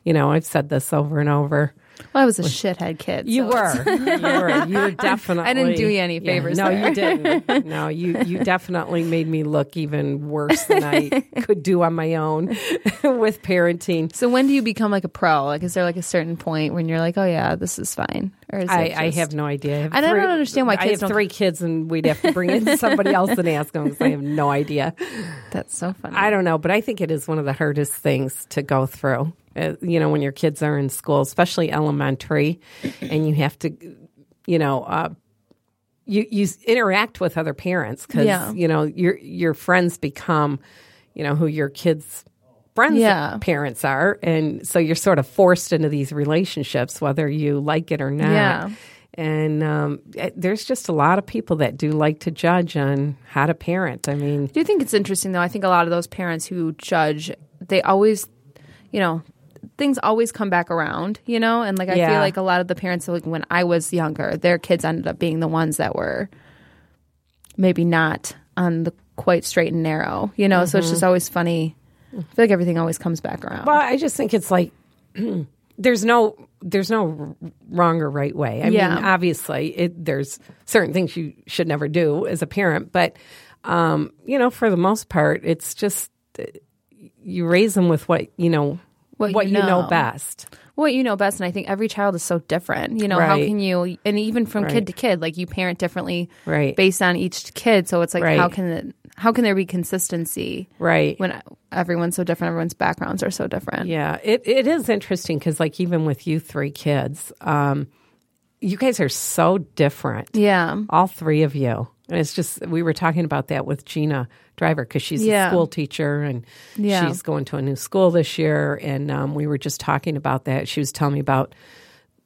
Speaker 4: You know, I've said this over and over.
Speaker 5: Well, I was a shithead kid. so-
Speaker 4: you were. You were definitely.
Speaker 5: I didn't do you any
Speaker 4: Yeah,
Speaker 5: favors
Speaker 4: no,
Speaker 5: there.
Speaker 4: you didn't. No, you you definitely made me look even worse than I could do on my own with parenting.
Speaker 5: So when do you become like a pro? Like, is there like a certain point when you're like, oh yeah, this is fine? Or is
Speaker 4: I,
Speaker 5: it
Speaker 4: I
Speaker 5: just-
Speaker 4: have no idea. have
Speaker 5: And I don't understand why
Speaker 4: I
Speaker 5: kids
Speaker 4: have
Speaker 5: don't-
Speaker 4: three kids, and we'd have to bring in somebody else and ask them. 'cause I have no idea.
Speaker 5: That's so funny.
Speaker 4: I don't know, but I think it is one of the hardest things to go through. Uh, you know, when your kids are in school, especially elementary, and you have to, you know, uh, you you s- interact with other parents because
Speaker 5: Yeah.
Speaker 4: you know your your friends become, you know, who your kids. Friends,
Speaker 5: Yeah.
Speaker 4: parents are, and so you're sort of forced into these relationships, whether you like it or not.
Speaker 5: Yeah.
Speaker 4: And um, eh, there's just a lot of people that do like to judge on how to parent. I mean,
Speaker 5: I do think it's interesting though. I think a lot of those parents who judge, they always, you know, things always come back around, you know? And like I
Speaker 4: Yeah.
Speaker 5: feel like a lot of the parents like when I was younger, their kids ended up being the ones that were maybe not on the quite straight and narrow, you know? So it's just always funny. I feel like everything always comes back around.
Speaker 4: Mm-hmm. Well, I just think it's like there's no there's no r- wrong or right way. I
Speaker 5: Yeah.
Speaker 4: mean, obviously, it, there's certain things you should never do as a parent, but um, you know, for the most part, it's just uh, you raise them with what you know
Speaker 5: What
Speaker 4: what
Speaker 5: you
Speaker 4: you know
Speaker 5: know.
Speaker 4: best.
Speaker 5: what you know best and i think every child is so different you know how
Speaker 4: Right.
Speaker 5: can you and even from
Speaker 4: Right.
Speaker 5: kid to kid like you parent differently
Speaker 4: Right.
Speaker 5: based on each kid so it's like
Speaker 4: Right.
Speaker 5: how can it, how can there be consistency
Speaker 4: Right.
Speaker 5: when everyone's so different everyone's backgrounds are so different
Speaker 4: Yeah, it, it is interesting because, like, even with you three kids, um, you guys are so different.
Speaker 5: yeah
Speaker 4: All three of you. And it's just, we were talking about that with Gina Driver because she's
Speaker 5: Yeah.
Speaker 4: a school teacher and
Speaker 5: Yeah.
Speaker 4: she's going to a new school this year. And um, we were just talking about that. She was telling me about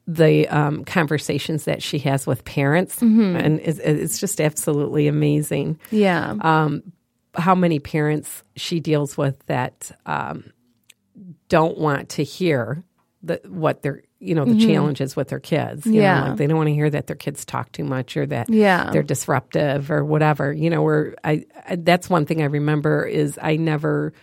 Speaker 4: the um, conversations that she has with parents.
Speaker 5: Mm-hmm.
Speaker 4: And it's, it's just absolutely amazing
Speaker 5: yeah
Speaker 4: how many parents she deals with that um, don't want to hear the, what their you know the challenges with their kids. you know,
Speaker 5: Mm-hmm. Yeah.
Speaker 4: like they don't want to hear that their kids talk too much or that
Speaker 5: Yeah.
Speaker 4: they're disruptive or whatever. You know, where I, I that's one thing I remember is I never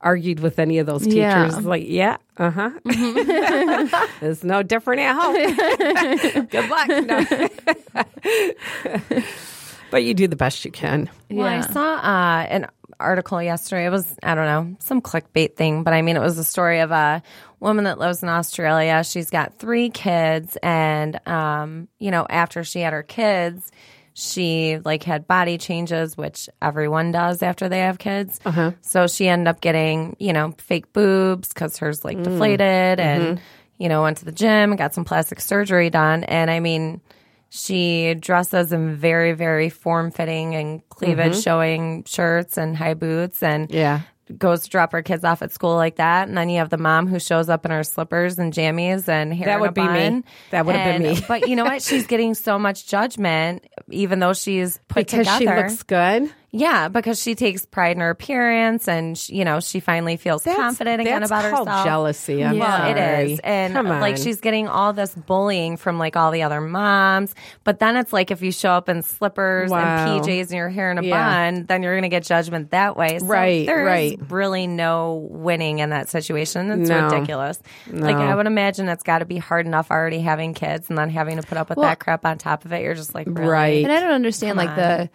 Speaker 4: argued with any of those teachers.
Speaker 5: Yeah. Mm-hmm.
Speaker 4: Like, yeah, uh huh. it's no different at home. Good luck. No. but you do the best you can.
Speaker 6: Well, I
Speaker 5: Yeah.
Speaker 6: saw uh, an article yesterday. It was, I don't know, some clickbait thing, but I mean, it was a story of a woman that lives in Australia. She's got three kids, and, um, you know, after she had her kids, she like had body changes, which everyone does after they have kids. So she ended up getting, you know, fake boobs because hers like deflated and, you know, went to the gym and got some plastic surgery done. And I mean, she dresses in very, very form fitting and cleavage showing shirts and high boots. And
Speaker 4: Mm-hmm. Yeah.
Speaker 6: goes to drop her kids off at school like that, and then you have the mom who shows up in her slippers and jammies and hair.
Speaker 4: That
Speaker 6: in a
Speaker 4: would be me.
Speaker 6: bun.
Speaker 4: That would have been
Speaker 6: And-
Speaker 4: me.
Speaker 6: but you know what? She's getting so much judgment, even though she's put
Speaker 4: because
Speaker 6: together.
Speaker 4: she looks good.
Speaker 6: yeah, because she takes pride in her appearance, and she, you know she finally feels confident again
Speaker 4: that's
Speaker 6: about
Speaker 4: called
Speaker 6: herself.
Speaker 4: jealousy. I'm
Speaker 6: Well, it
Speaker 4: sorry.
Speaker 6: is. And
Speaker 4: Come on.
Speaker 6: like she's getting all this bullying from like all the other moms. But then it's like if you show up in slippers
Speaker 4: Wow.
Speaker 6: and PJs and your hair in a
Speaker 4: Yeah.
Speaker 6: bun, then you're going to get judgment that way. So
Speaker 4: Right,
Speaker 6: There's
Speaker 4: right.
Speaker 6: really no winning in that situation. It's
Speaker 4: No.
Speaker 6: ridiculous. Like I would imagine it's got to be hard enough already having kids and then having to put up with that crap on top of it. You're just like, really?
Speaker 4: right.
Speaker 5: And I don't understand like the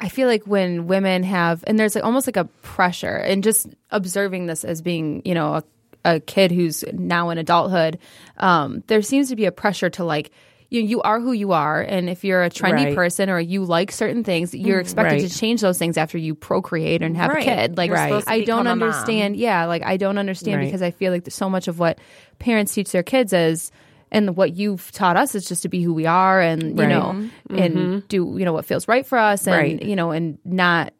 Speaker 5: I feel like when women have and there's like almost like a pressure and just observing this as being, you know, a a kid who's now in adulthood, um, there seems to be a pressure to like you you are who you are and if you're a trendy
Speaker 4: Right.
Speaker 5: person or you like certain things, you're expected
Speaker 4: Right.
Speaker 5: to change those things after you procreate and have
Speaker 6: Mm, Right.
Speaker 5: a kid. Like
Speaker 6: You're supposed to
Speaker 5: I don't
Speaker 6: become a mom.
Speaker 5: understand and yeah, like I don't understand
Speaker 4: Right.
Speaker 5: because I feel like so much of what parents teach their kids is, and what you've taught us is just to be who we are, and you
Speaker 4: Right. Mm-hmm.
Speaker 5: know, and do you know what feels right for us, and
Speaker 4: Right.
Speaker 5: you know, and not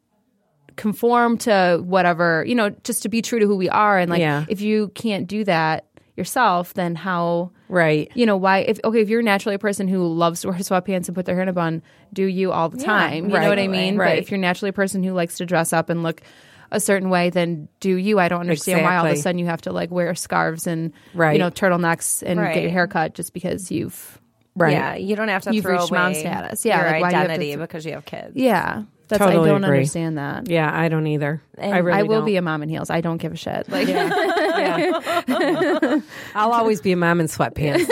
Speaker 5: conform to whatever you know, just to be true to who we are, and like
Speaker 4: Yeah.
Speaker 5: if you can't do that yourself, then how
Speaker 4: right.
Speaker 5: you know why if okay if you're naturally a person who loves to wear sweatpants and put their hair in a bun do you all the time you
Speaker 4: right,
Speaker 5: know what i mean
Speaker 4: right.
Speaker 5: but if you're naturally a person who likes to dress up and look a certain way then do you i don't understand why all of a
Speaker 4: Exactly.
Speaker 5: sudden you have to like wear scarves and
Speaker 4: Right.
Speaker 5: you know turtlenecks and get your
Speaker 6: Right.
Speaker 5: hair cut just because you've
Speaker 4: Right.
Speaker 6: Yeah. You don't have to
Speaker 5: You've
Speaker 6: throw
Speaker 5: reached
Speaker 6: away
Speaker 5: mom status. Yeah,
Speaker 6: your
Speaker 5: like, why do you have to
Speaker 6: identity
Speaker 5: th-
Speaker 6: because you have kids.
Speaker 5: yeah that's
Speaker 4: Totally
Speaker 5: i don't
Speaker 4: agree.
Speaker 5: understand that
Speaker 4: Yeah, I don't either. I really
Speaker 5: i will
Speaker 4: don't.
Speaker 5: be a mom in heels i don't give a shit like
Speaker 4: I'll always be a mom in sweatpants.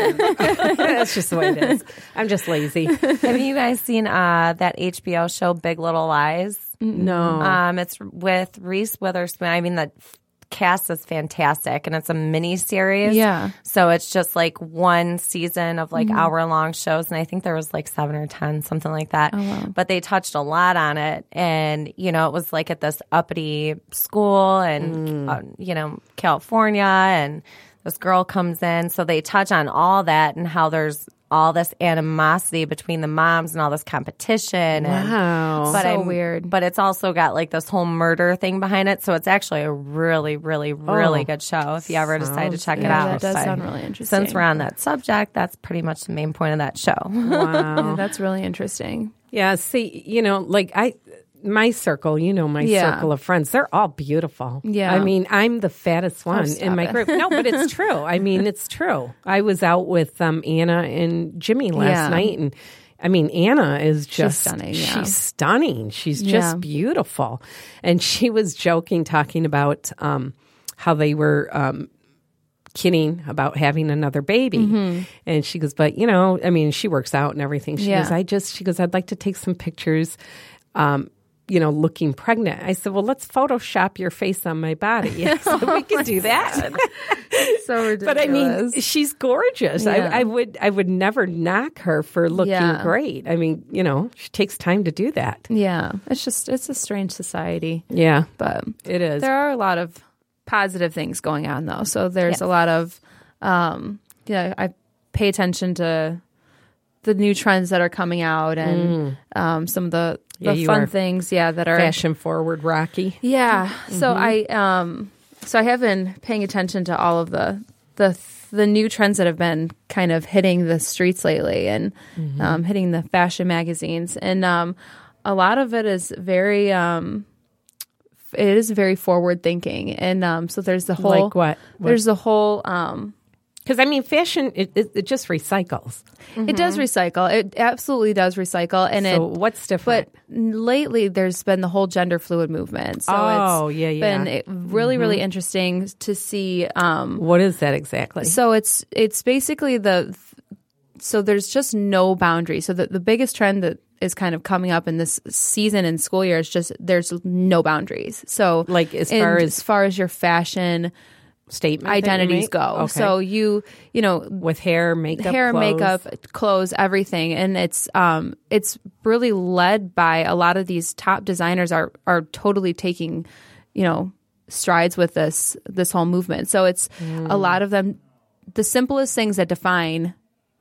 Speaker 4: That's just the way it is. I'm just lazy.
Speaker 6: Have you guys seen uh, that HBO show Big Little Lies?
Speaker 4: No.
Speaker 5: Uh-huh.
Speaker 6: Um, it's with Reese Witherspoon. I mean, the f- cast is fantastic, and it's a mini series.
Speaker 5: Yeah. Mm-hmm.
Speaker 6: So it's just like one season of like hour long shows, and I think there was like seven or ten, something like that.
Speaker 5: Oh,
Speaker 6: But they touched a lot on it, and you know, it was like at this uppity school,
Speaker 5: Mm.
Speaker 6: and uh, you know, California, and this girl comes in. So they touch on all that and how there's all this animosity between the moms and all this competition.
Speaker 4: Wow.
Speaker 6: And, but
Speaker 5: So
Speaker 6: I'm-
Speaker 5: weird.
Speaker 6: But it's also got like this whole murder thing behind it. So it's actually a really, really, really
Speaker 4: Oh.
Speaker 6: good show if you ever decide to check it
Speaker 5: Yeah,
Speaker 6: out.
Speaker 5: that does
Speaker 6: But
Speaker 5: sound really
Speaker 6: Since
Speaker 5: interesting.
Speaker 6: we're on that subject, that's pretty much the main point of that show.
Speaker 5: Yeah, that's really interesting
Speaker 4: yeah, see, you know, like I my circle, you know, my
Speaker 5: Yeah.
Speaker 4: circle of friends, they're all beautiful.
Speaker 5: Yeah. Oh,
Speaker 4: I mean, I'm the fattest one in
Speaker 5: stop
Speaker 4: my
Speaker 5: it.
Speaker 4: group. No, but it's true. I mean, it's true. I was out with um, Anna and Jimmy last
Speaker 5: Yeah.
Speaker 4: night and I mean, Anna is just
Speaker 5: stunning, yeah.
Speaker 4: She's stunning. She's just
Speaker 5: Yeah.
Speaker 4: beautiful. And she was joking talking about um how they were um kidding about having another baby.
Speaker 5: Mm-hmm.
Speaker 4: And she goes, but you know, I mean, she works out and everything. She
Speaker 5: Yeah.
Speaker 4: goes, I just, she goes, I'd like to take some pictures, um, you know, looking pregnant. I said, well, let's Photoshop your face on my body. I said,
Speaker 5: Oh
Speaker 4: we could do that.
Speaker 5: so ridiculous
Speaker 4: But I mean, she's gorgeous.
Speaker 5: Yeah.
Speaker 4: I, I would, I would never knock her for looking
Speaker 5: Yeah.
Speaker 4: great. I mean, you know, she takes time to do that.
Speaker 5: yeah it's just it's a strange society
Speaker 4: Yeah,
Speaker 5: but
Speaker 4: it is.
Speaker 5: there are a lot of positive things going on though so there's a lot of um yeah i pay attention to the new trends that are coming out and um some of
Speaker 4: Mm.
Speaker 5: the
Speaker 4: Yeah,
Speaker 5: the
Speaker 4: you are
Speaker 5: fun things yeah that are
Speaker 4: Fashion forward, Rocky.
Speaker 5: yeah so i
Speaker 4: Mm-hmm.
Speaker 5: um so i have been paying attention to all of the the the new trends that have been kind of hitting the streets lately and
Speaker 4: Mm-hmm.
Speaker 5: um, hitting the fashion magazines and um a lot of it is very um it is very forward thinking and um so there's the whole
Speaker 4: Like what? What-
Speaker 5: there's the whole um
Speaker 4: Because I mean, fashion it, it, it just recycles.
Speaker 5: it does recycle it absolutely does recycle and
Speaker 4: Mm-hmm. So
Speaker 5: it
Speaker 4: what's different?
Speaker 5: but lately there's been the whole gender fluid movement so
Speaker 4: Oh,
Speaker 5: it's
Speaker 4: yeah, yeah. Mm-hmm.
Speaker 5: been it- really really interesting to see um
Speaker 4: what is that exactly?
Speaker 5: So it's it's basically the so there's just no boundary. So the, the biggest trend that is kind of coming up in this season and school year is just there's no boundaries. So
Speaker 4: Like, as
Speaker 5: and
Speaker 4: far as-
Speaker 5: as far as your fashion
Speaker 4: Statement that you
Speaker 5: identities
Speaker 4: make?
Speaker 5: go.
Speaker 4: Okay.
Speaker 5: So you you know
Speaker 4: with hair, makeup,
Speaker 5: hair,
Speaker 4: clothes.
Speaker 5: makeup, clothes, everything, and it's um it's really led by a lot of these top designers are are totally taking, you know, strides with
Speaker 4: Mm.
Speaker 5: this this whole movement. So it's a lot of them the simplest things that define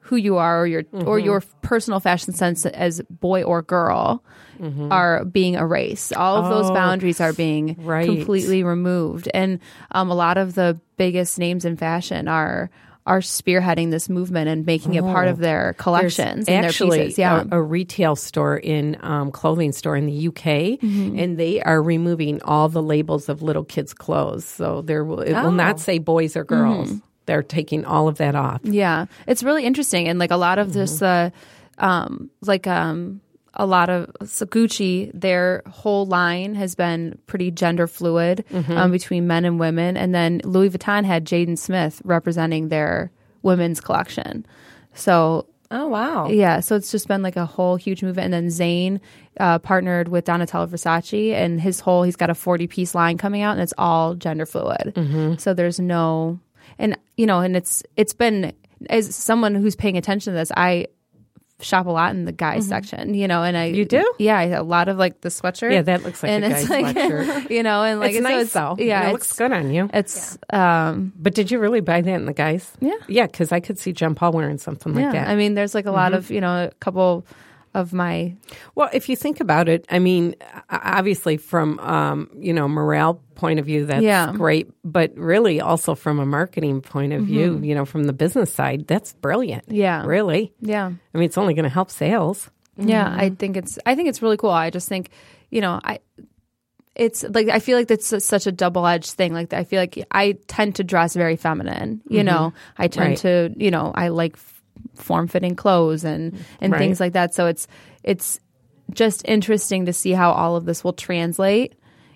Speaker 5: who you are or your or
Speaker 4: Mm-hmm.
Speaker 5: your personal fashion sense as boy or girl
Speaker 4: Mm-hmm.
Speaker 5: are being erased. All of those boundaries are being
Speaker 4: Oh, right.
Speaker 5: completely removed, and um, a lot of the biggest names in fashion are are spearheading this movement and making it part of their
Speaker 4: Oh, There's
Speaker 5: collections and
Speaker 4: actually
Speaker 5: their pieces. Yeah,
Speaker 4: a, a retail store in um, clothing store in the UK,
Speaker 5: Mm-hmm.
Speaker 4: and they are removing all the labels of little kids' clothes. So there will it will
Speaker 5: Oh.
Speaker 4: not say boys or girls.
Speaker 5: Mm-hmm.
Speaker 4: They're taking all of that off.
Speaker 5: Yeah, it's really interesting, and like a lot of this, uh, um, like um, a lot of so Gucci, their whole line has been pretty gender fluid um, between men and women, and then Louis Vuitton had Jaden Smith representing their women's collection. So
Speaker 6: Oh wow.
Speaker 5: yeah, so it's just been like a whole huge movement, and then Zayn uh, partnered with Donatello Versace, and his whole he's got a forty piece line coming out, and it's all gender fluid.
Speaker 4: Mm-hmm.
Speaker 5: So there's no, and you know, and it's it's been as someone who's paying attention to this, I shop a lot in the guys section, you know, and I
Speaker 4: You do?
Speaker 5: yeah, I, a lot of like the sweatshirt,
Speaker 4: Yeah, that looks like
Speaker 5: and
Speaker 4: a
Speaker 5: it's
Speaker 4: guy's
Speaker 5: like
Speaker 4: sweatshirt.
Speaker 5: you know, and like
Speaker 4: it's
Speaker 5: so
Speaker 4: nice though. it
Speaker 5: yeah, it's-
Speaker 4: looks good on you.
Speaker 5: It's um
Speaker 4: But did you really buy that in the guys?
Speaker 5: Yeah.
Speaker 4: yeah, because I could see John Paul wearing something like
Speaker 5: yeah,
Speaker 4: that. Mm-hmm.
Speaker 5: I mean, there's like a lot of you know, a couple of my
Speaker 4: Well, if you think about it, I mean, o- obviously from um, you know morale point of view, that's
Speaker 5: Yeah.
Speaker 4: great, but really also from a marketing point of view, you know, from the business side, that's brilliant.
Speaker 5: Mm-hmm. Yeah.
Speaker 4: really.
Speaker 5: yeah.
Speaker 4: I mean, it's only going to help sales.
Speaker 5: Yeah,
Speaker 4: Mm-hmm.
Speaker 5: I think it's I think it's really cool. I just think, you know, I it's like I feel like that's su- such a double edged thing. Like I feel like I tend to dress very feminine. You know, I tend
Speaker 4: Mm-hmm. Right.
Speaker 5: to you know I like form fitting clothes and and
Speaker 4: Right.
Speaker 5: things like that. So it's it's just interesting to see how all of this will translate.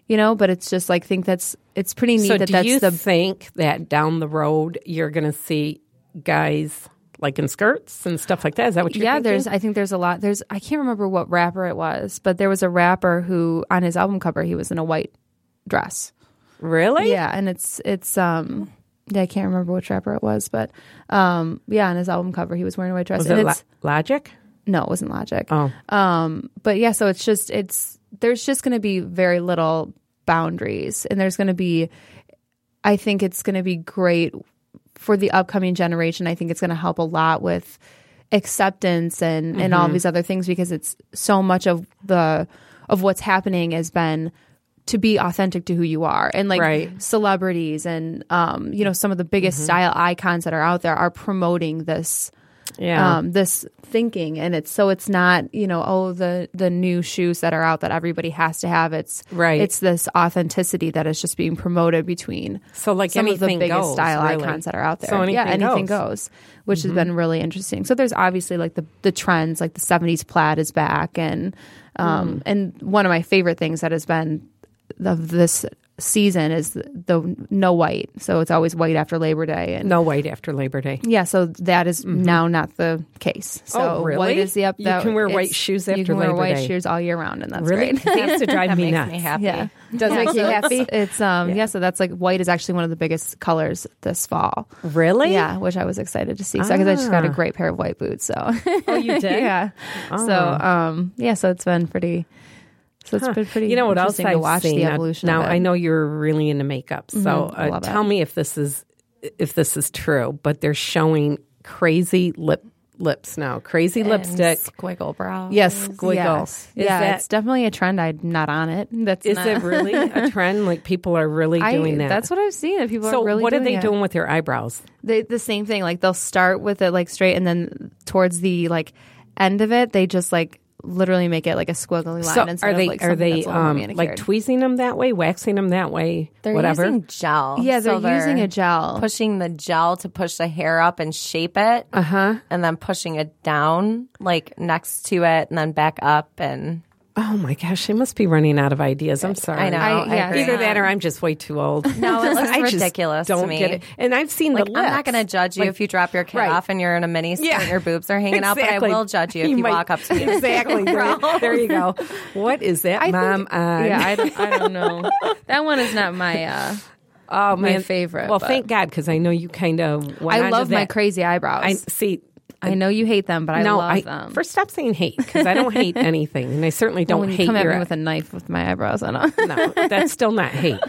Speaker 5: You know, but it's just like think that's it's pretty neat
Speaker 4: So,
Speaker 5: that
Speaker 4: do
Speaker 5: that's
Speaker 4: you
Speaker 5: the
Speaker 4: think that down the road you're going to see guys like in skirts and stuff like that? Is that what you're?
Speaker 5: yeah
Speaker 4: thinking?
Speaker 5: there's i think there's a lot there's i can't remember what rapper it was but there was a rapper who on his album cover he was in a white dress
Speaker 4: really.
Speaker 5: yeah and it's it's um yeah i can't remember which rapper it was but um yeah on his album cover he was wearing a white dress
Speaker 4: Was
Speaker 5: and
Speaker 4: it lo-
Speaker 5: it's
Speaker 4: logic?
Speaker 5: no it wasn't logic
Speaker 4: Oh,
Speaker 5: um but yeah so it's just it's there's just going to be very little boundaries and there's going to be i think it's going to be great for the upcoming generation i think it's going to help a lot with acceptance and
Speaker 4: Mm-hmm.
Speaker 5: and all these other things because it's so much of the of what's happening has been to be authentic to who you are and like
Speaker 4: Right. Mm-hmm.
Speaker 5: celebrities and um you know some of the biggest style icons that are out there are promoting this
Speaker 4: yeah.
Speaker 5: um, this thinking and it's so it's not you know oh the the new shoes that are out that everybody has to have it's
Speaker 4: Right.
Speaker 5: it's this authenticity that is just being promoted between
Speaker 4: So, like,
Speaker 5: some of the
Speaker 4: anything
Speaker 5: biggest
Speaker 4: goes,
Speaker 5: style
Speaker 4: really.
Speaker 5: icons that are out there
Speaker 4: So
Speaker 5: yeah
Speaker 4: anything
Speaker 5: anything
Speaker 4: goes. Mm-hmm.
Speaker 5: goes, which has been really interesting so there's obviously like the the trends like the 70s plaid is back and
Speaker 4: Mm-hmm.
Speaker 5: um and one of my favorite things that has been of this season is the, the no white so it's always white after labor day and
Speaker 4: no white after Labor Day.
Speaker 5: yeah, so that is now not the case. So
Speaker 4: Mm-hmm. Oh, really?
Speaker 5: white is the up.
Speaker 4: You
Speaker 5: that-
Speaker 4: can wear white
Speaker 5: it's-
Speaker 4: shoes
Speaker 5: You
Speaker 4: after
Speaker 5: can wear
Speaker 4: Labor
Speaker 5: white
Speaker 4: Day.
Speaker 5: shoes all year round, and that's
Speaker 4: Really,
Speaker 5: great.
Speaker 4: that used to drive
Speaker 6: That
Speaker 4: me
Speaker 6: makes
Speaker 4: nuts.
Speaker 6: me happy.
Speaker 5: Yeah, does make you happy. It's um yeah. so that's like white is actually one of the biggest colors this fall.
Speaker 4: Really? Ah.
Speaker 5: Yeah, which I was excited to see because I just got a great pair of white boots. So
Speaker 4: Oh, you did? Ah.
Speaker 5: yeah, so um yeah, so it's been pretty. So it's been pretty.
Speaker 4: You know what else
Speaker 5: interesting
Speaker 4: I've
Speaker 5: to watch
Speaker 4: seen?
Speaker 5: the
Speaker 4: Now-
Speaker 5: evolution.
Speaker 4: Now
Speaker 5: of it.
Speaker 4: I know you're really into makeup, so
Speaker 5: I
Speaker 4: uh,
Speaker 5: love it.
Speaker 4: tell me if this is if this is true. But they're showing crazy lip lips now, crazy lipstick.
Speaker 6: Squiggle brow.
Speaker 4: Yes, squiggle.
Speaker 5: Yes.
Speaker 4: Is
Speaker 5: yeah,
Speaker 4: that-
Speaker 5: it's definitely a trend. I'm not on it. That's
Speaker 4: is
Speaker 5: not,
Speaker 4: it really a trend? Like people are really doing that.
Speaker 5: I, That's what I've seen. That people
Speaker 4: so.
Speaker 5: are really
Speaker 4: what are
Speaker 5: doing
Speaker 4: they
Speaker 5: it.
Speaker 4: doing with their eyebrows?
Speaker 5: they, the same thing. Like they'll start with it like straight, and then towards the like end of it, they just like literally make it like a squiggly line.
Speaker 4: So
Speaker 5: instead
Speaker 4: are
Speaker 5: of,
Speaker 4: they
Speaker 5: like,
Speaker 4: are
Speaker 5: something
Speaker 4: they
Speaker 5: that's a little more
Speaker 4: um, like
Speaker 5: manicured.
Speaker 4: tweezing them that way, waxing them that way,
Speaker 6: They're
Speaker 4: whatever?
Speaker 6: using gel.
Speaker 5: Yeah, they're
Speaker 6: So
Speaker 5: using a gel.
Speaker 6: Pushing the gel to push the hair up and shape it. Uh huh. And then pushing it down, like next to it, and then back up. And
Speaker 4: oh my gosh, they must be running out of ideas. I'm sorry.
Speaker 6: I know.
Speaker 5: I-
Speaker 6: I
Speaker 5: yeah,
Speaker 6: agree.
Speaker 4: Either that or I'm just way too old.
Speaker 6: No, it looks
Speaker 4: I just
Speaker 6: ridiculous to
Speaker 4: don't
Speaker 6: me.
Speaker 4: get it. And I've seen
Speaker 6: Like,
Speaker 4: the
Speaker 6: I'm
Speaker 4: lips.
Speaker 6: not going to judge you if you drop your kid
Speaker 4: Right.
Speaker 6: off and you're in a mini skirt and your boobs are hanging out, but
Speaker 4: Exactly.
Speaker 6: I will judge you if you,
Speaker 4: might-
Speaker 6: walk up to me.
Speaker 4: Exactly. there, there you go. What is that, mom? Uh, on?
Speaker 5: yeah, I don't, I don't know. that one is not my. uh
Speaker 4: oh, man.
Speaker 5: favorite,
Speaker 4: Well,
Speaker 5: but-
Speaker 4: thank God because I know you kind of.
Speaker 5: I love my crazy eyebrows.
Speaker 4: I see.
Speaker 5: I know you hate them, but I
Speaker 4: no,
Speaker 5: love
Speaker 4: I
Speaker 5: them.
Speaker 4: first stop saying hate because I don't hate anything, and I certainly don't
Speaker 5: when you
Speaker 4: hate
Speaker 5: come at
Speaker 4: your
Speaker 5: me with a knife with my eyebrows on it.
Speaker 4: no, that's still not hate.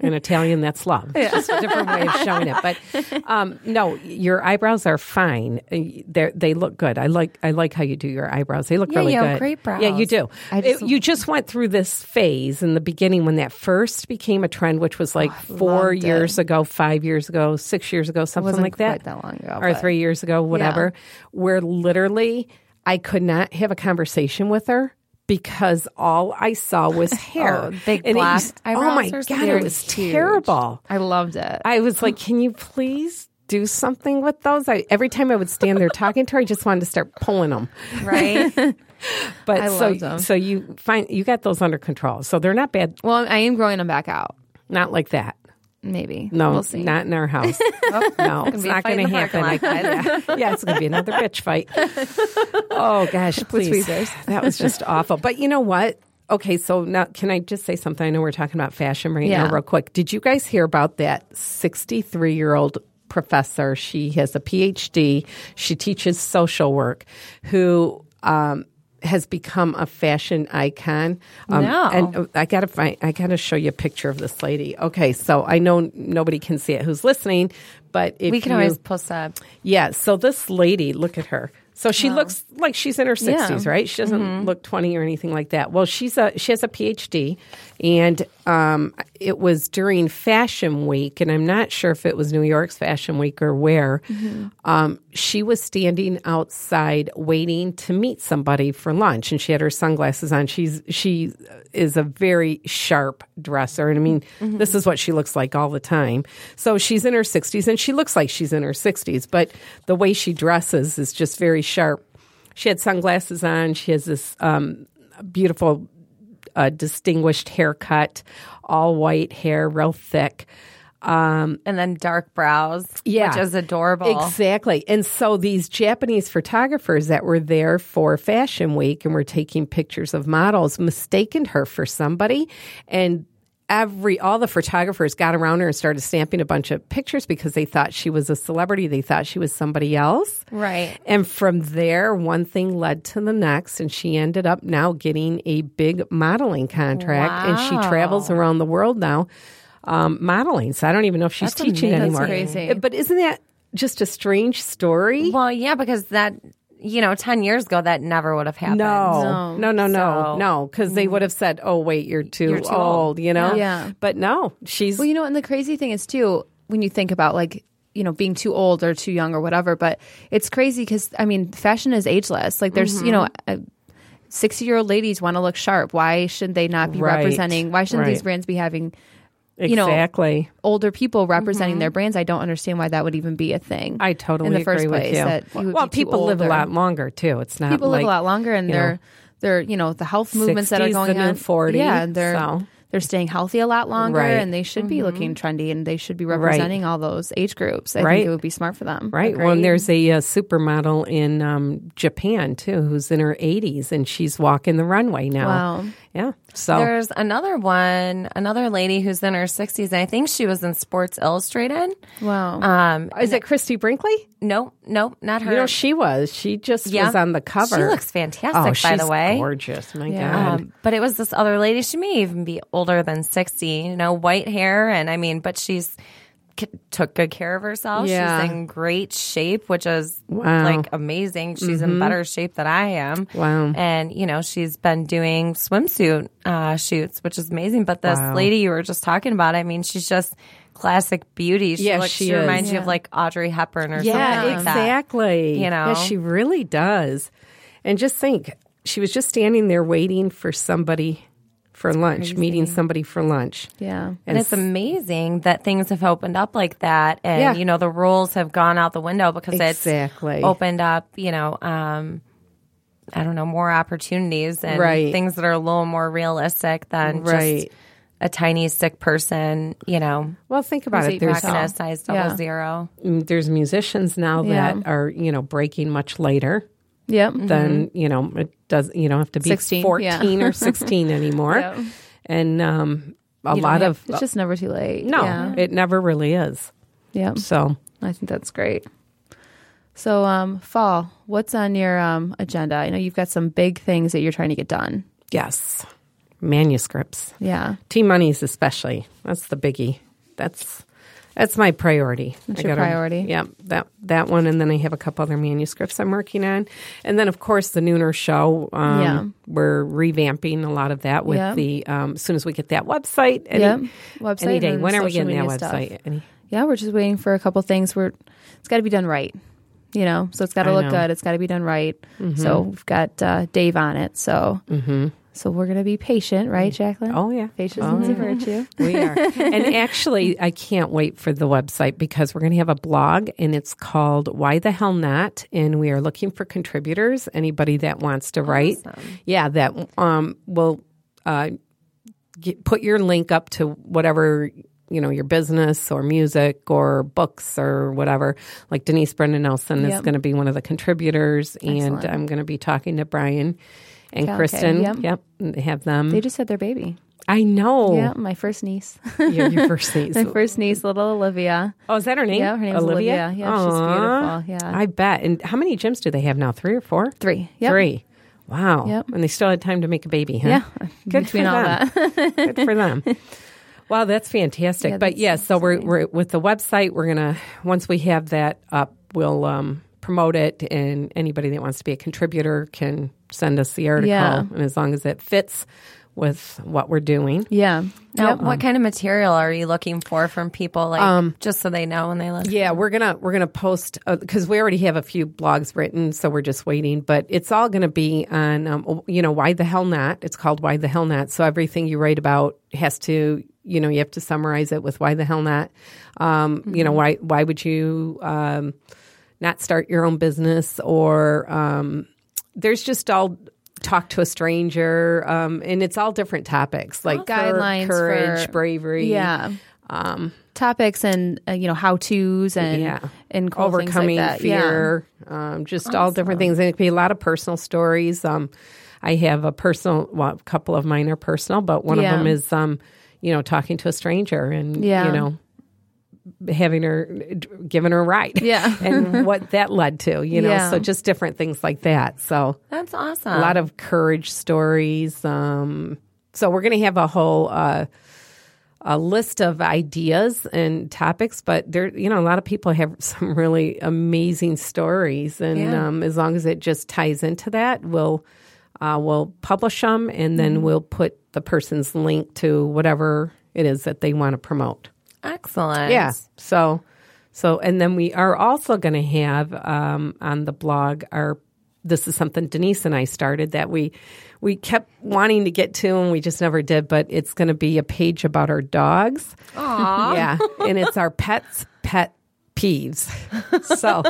Speaker 4: In Italian, that's love. It's just a different way of showing it. But um, no, your eyebrows are fine. Uh, They they look good. I like I like how you do your eyebrows. They look
Speaker 6: Yeah,
Speaker 4: really
Speaker 6: you have
Speaker 4: good.
Speaker 6: great brows.
Speaker 4: Yeah, you do.
Speaker 5: I just-
Speaker 4: It- you just went through this phase in the beginning when that first became a trend, which was like four
Speaker 5: Oh, loved it.
Speaker 4: years ago, five years ago, six years ago, something
Speaker 5: wasn't
Speaker 4: like that.
Speaker 5: quite that long ago,
Speaker 4: or
Speaker 5: but-
Speaker 4: three years ago, whatever. Where literally I could not have a conversation with her. Because all I saw was hair.
Speaker 6: Oh, big
Speaker 4: And it
Speaker 6: black
Speaker 4: used- Oh
Speaker 6: eyebrows
Speaker 4: my
Speaker 6: or
Speaker 4: god,
Speaker 6: something?
Speaker 4: it
Speaker 6: They're
Speaker 4: was
Speaker 5: huge.
Speaker 4: terrible.
Speaker 5: I loved it.
Speaker 4: I was like, "Can you please do something with those?" I, every time I would stand there talking to her, I just wanted to start pulling them.
Speaker 6: right?
Speaker 4: But
Speaker 5: I
Speaker 4: so,
Speaker 5: loved 'em.
Speaker 4: so you find you got those under control. So they're not bad.
Speaker 5: well, I am growing them back out.
Speaker 4: Not like that.
Speaker 5: Maybe
Speaker 4: No,
Speaker 5: we'll see.
Speaker 4: not in our house. no, it's
Speaker 6: be a
Speaker 4: not
Speaker 6: fight
Speaker 4: going to
Speaker 6: in the
Speaker 4: happen.
Speaker 6: parking lot,
Speaker 4: yeah. Yeah, it's going to be another bitch fight. Oh gosh, please.
Speaker 5: tweezers.
Speaker 4: That was just awful. But you know what? Okay, so now can I just say something? I know we're talking about fashion right
Speaker 5: Yeah.
Speaker 4: now, real quick. Did you guys hear about that 63 year old professor? She has a PhD. She teaches social work. Who um, has become a fashion icon? Um,
Speaker 5: No.
Speaker 4: and Oh, I gotta find. I gotta show you a picture of this lady. Okay, so I know nobody can see it who's listening, but if
Speaker 6: We can
Speaker 4: you-
Speaker 6: always post that.
Speaker 4: Yeah. So this lady, look at her. So she looks like she's in her sixties, right? She doesn't
Speaker 6: Mm-hmm.
Speaker 4: look twenty or anything like that. Well, she's a she has a PhD, and um, it was during Fashion Week, and I'm not sure if it was New York's Fashion Week or where.
Speaker 6: Mm-hmm.
Speaker 4: Um, she was standing outside waiting to meet somebody for lunch, and she had her sunglasses on. She's she is a very sharp dresser, and I mean this is what she looks like all the time. So she's in her sixties, and she looks like she's in her sixties, but the way she dresses is just very sharp. She had sunglasses on. She has this um, beautiful a distinguished haircut, all white hair, real thick.
Speaker 6: And then dark brows,
Speaker 4: Yeah.
Speaker 6: which is adorable.
Speaker 4: Exactly. And so these Japanese photographers that were there for Fashion Week and were taking pictures of models mistaken her for somebody and every all the photographers got around her and started snapping a bunch of pictures because they thought she was a celebrity, they thought she was somebody else.
Speaker 6: Right.
Speaker 4: And from there, one thing led to the next, and she ended up now getting a big modeling contract, and she travels around the world now um, modeling. So I don't even know if she's
Speaker 6: That's
Speaker 4: teaching
Speaker 6: amazing.
Speaker 4: anymore.
Speaker 5: That's crazy.
Speaker 4: But isn't that just a strange story?
Speaker 6: Well, yeah, because that you know, ten years ago that never would have happened.
Speaker 4: No, no, no, no,
Speaker 6: So-
Speaker 4: no, because
Speaker 5: mm.
Speaker 4: they would have said, "Oh, wait, you're too,
Speaker 6: You're too
Speaker 4: old,
Speaker 6: old.
Speaker 4: you know.
Speaker 5: Yeah.
Speaker 4: But no, she's
Speaker 5: Well, you know, and the crazy thing is too when you think about like you know being too old or too young or whatever. But it's crazy because I mean, fashion is ageless. Like there's you know. uh
Speaker 4: Mm-hmm.
Speaker 5: Sixty-year-old ladies want to look sharp. Why should they not be
Speaker 4: Right.
Speaker 5: representing? Why shouldn't these
Speaker 4: Right.
Speaker 5: brands be having you know,
Speaker 4: exactly.
Speaker 5: older people representing their brands? I don't understand why that would even be a thing.
Speaker 4: Mm-hmm. I totally
Speaker 5: in the
Speaker 4: agree
Speaker 5: first
Speaker 4: with
Speaker 5: place
Speaker 4: you.
Speaker 5: that you would
Speaker 4: well,
Speaker 5: be too
Speaker 4: people live a
Speaker 5: old or-
Speaker 4: lot longer too. It's not
Speaker 5: people live
Speaker 4: like-
Speaker 5: a lot longer and
Speaker 4: you know.
Speaker 5: they're they're you know the health movements that are
Speaker 4: 60s,
Speaker 5: going
Speaker 4: the new
Speaker 5: on
Speaker 4: 40,
Speaker 5: yeah and they're
Speaker 4: so.
Speaker 5: they're staying healthy a lot longer
Speaker 4: Right. Mm-hmm.
Speaker 5: and they should be looking trendy and they should be representing all those age groups i
Speaker 4: Right.
Speaker 5: think it would be smart for them
Speaker 4: Right. Well, and there's a, uh supermodel in um, Japan too, who's in her 80s, and she's walking the runway now.
Speaker 5: Wow.
Speaker 4: Yeah. So
Speaker 6: There's another one, another lady who's in her 60s. And I think she was in Sports Illustrated.
Speaker 5: wow
Speaker 4: Uh,
Speaker 6: Um,
Speaker 4: is it Christy Brinkley?
Speaker 6: no, no, not her.
Speaker 4: You know, she was. She just
Speaker 6: Yeah.
Speaker 4: was on the cover.
Speaker 6: She looks fantastic,
Speaker 4: Oh,
Speaker 6: by
Speaker 4: she's
Speaker 6: the way.
Speaker 4: gorgeous. My
Speaker 5: Yeah.
Speaker 4: God.
Speaker 6: Um, but it was this other lady. She may even be older than 60, you know, white hair. And I mean, but she's c- took good care of herself.
Speaker 4: Yeah.
Speaker 6: She's in great shape, which is
Speaker 4: Wow. Mm-hmm.
Speaker 6: like amazing. She's in better shape than I am.
Speaker 4: Wow.
Speaker 6: And, you know, she's been doing swimsuit uh, shoots, which is amazing. But this lady you were just talking about, I mean, she's just classic beauty. She,
Speaker 4: Yeah,
Speaker 6: looks,
Speaker 4: she
Speaker 6: she,
Speaker 4: is.
Speaker 6: reminds you of like Audrey Hepburn or something
Speaker 4: Yeah,
Speaker 6: like that.
Speaker 4: exactly.
Speaker 6: You know?
Speaker 4: Yeah, she really does. And just think, she was just standing there waiting for somebody for lunch, meeting somebody for lunch.
Speaker 5: yeah
Speaker 6: And it's amazing that things have opened up like that, and
Speaker 4: Yeah.
Speaker 6: you know the rules have gone out the window because
Speaker 4: Exactly.
Speaker 6: it's opened up. You know, um, I don't know more opportunities and
Speaker 4: Right.
Speaker 6: things that are a little more realistic than
Speaker 4: Right.
Speaker 6: just a tiny sick person. You know,
Speaker 4: Well, think about it.
Speaker 5: eat
Speaker 4: There's um,
Speaker 6: back in a size
Speaker 5: Yeah.
Speaker 6: double zero.
Speaker 4: there's musicians now
Speaker 5: Yeah.
Speaker 4: that are you know breaking much later
Speaker 5: yep
Speaker 4: than you know it does you don't have to be
Speaker 5: 16,
Speaker 4: 14
Speaker 5: yeah.
Speaker 4: or 16 anymore
Speaker 5: Yeah.
Speaker 4: and um a
Speaker 5: You don't
Speaker 4: lot
Speaker 5: have-
Speaker 4: of
Speaker 5: it's just never too late
Speaker 4: no
Speaker 5: yeah,
Speaker 4: it never really is
Speaker 5: yeah.
Speaker 4: so
Speaker 5: i think that's great So, um, fall, what's on your um, agenda? I know you've got some big things that you're trying to get done.
Speaker 4: Yes. Manuscripts.
Speaker 5: Yeah.
Speaker 4: T monies especially. That's the biggie. That's that's my priority. That's
Speaker 5: your priority.
Speaker 4: Yep. That that one and then I have a couple other manuscripts I'm working on. And then of course the Nooner show. Um
Speaker 5: Yeah.
Speaker 4: we're revamping a lot of that with
Speaker 5: Yep.
Speaker 4: the um as soon as we get that website. Any,
Speaker 5: Yep. Website
Speaker 4: any day.
Speaker 5: and
Speaker 4: When are we
Speaker 5: social
Speaker 4: getting that
Speaker 5: media stuff.
Speaker 4: website? Any,
Speaker 5: Yeah, we're just waiting for a couple things. We're it's got to be done right, you know. So it's got to
Speaker 4: I
Speaker 5: look
Speaker 4: know. Mm-hmm.
Speaker 5: good. It's got to be done right. So we've got uh, Dave on it. So so we're gonna be patient, right, Jacqueline?
Speaker 4: oh yeah.
Speaker 5: patience
Speaker 4: Oh,
Speaker 5: is a
Speaker 4: yeah.
Speaker 5: virtue.
Speaker 4: We are. and actually, I can't wait for the website because we're going to have a blog and it's called Why the Hell Not? And we are looking for contributors, anybody that wants to write. Yeah, that um, will uh, get, put your link up to whatever. You know, your business or music or books or whatever. Like Denise Brendan Nelson is
Speaker 5: Yep.
Speaker 4: going to be one of the contributors,
Speaker 5: Excellent.
Speaker 4: and I'm going to be talking to Brian and
Speaker 5: Falcon,
Speaker 4: Kristen.
Speaker 5: yep.
Speaker 4: Yep, and have them.
Speaker 5: They just had their baby.
Speaker 4: I know.
Speaker 5: Yeah, my first niece,
Speaker 4: Your, your first niece.
Speaker 5: my first niece, little Olivia.
Speaker 4: Oh, is that her name?
Speaker 5: Yeah, her name's Olivia. Yeah, she's
Speaker 4: Aw.
Speaker 5: beautiful. Yeah.
Speaker 4: I bet. And how many gyms do they have now? Three or four?
Speaker 5: Three. Yep.
Speaker 4: Three. Wow.
Speaker 5: Yep.
Speaker 4: And they still had time to make a baby, huh?
Speaker 5: Yeah,
Speaker 4: Good
Speaker 5: between
Speaker 4: for
Speaker 5: all
Speaker 4: them. Good for them. Wow, that's fantastic.
Speaker 5: Yeah,
Speaker 4: but
Speaker 5: that's
Speaker 4: yeah, so we're, we're with the website. We're gonna once we have that up, we'll um, promote it, and anybody that wants to be a contributor can send us the article.
Speaker 5: Yeah.
Speaker 4: And as long as it fits with what we're doing,
Speaker 5: Yeah.
Speaker 6: Now,
Speaker 5: Yep.
Speaker 6: what kind of material are you looking for from people? Like, just so they know when they listen.
Speaker 4: Um, Yeah, we're gonna we're gonna post because we already have a few blogs written, so we're just waiting. But it's all gonna be on um, you know why the hell not? It's called why the hell not. So everything you write about has to you know you have to summarize it with why the hell not. Um, You
Speaker 5: Mm-hmm.
Speaker 4: know why why would you um, not start your own business or um, there's just all talk to a stranger um, and it's all different topics like cur-
Speaker 5: Guidelines for-
Speaker 4: courage, bravery,
Speaker 5: Yeah. Um, topics and uh, you know how tos and
Speaker 4: yeah.
Speaker 5: and cool things like
Speaker 4: overcoming
Speaker 5: that. Yeah.
Speaker 4: fear, um, just all different things. And it could be a lot of personal stories. Um, I have a personal, well, a couple of mine are personal, but one
Speaker 5: Yeah.
Speaker 4: of them is, um, you know, talking to a stranger and,
Speaker 5: Yeah.
Speaker 4: you know, having her, giving her a ride.
Speaker 5: Yeah.
Speaker 4: and what that led to, you know,
Speaker 5: Yeah.
Speaker 4: so just different things like that. So
Speaker 6: That's awesome.
Speaker 4: a lot of courage stories. Um, so we're going to have a whole uh, a list of ideas and topics, but there, you know, a lot of people have some really amazing stories, and
Speaker 6: Yeah.
Speaker 4: um, as long as it just ties into that, we'll uh, we'll publish them, and then we'll put the person's link to whatever it is that they want to promote.
Speaker 6: excellent.
Speaker 4: Yeah. So, so, and then we are also going to have um, on the blog our. This is something Denise and I started that we we kept wanting to get to and we just never did. But it's going to be a page about our dogs. Aww. Yeah, and it's our pets pet peeves. So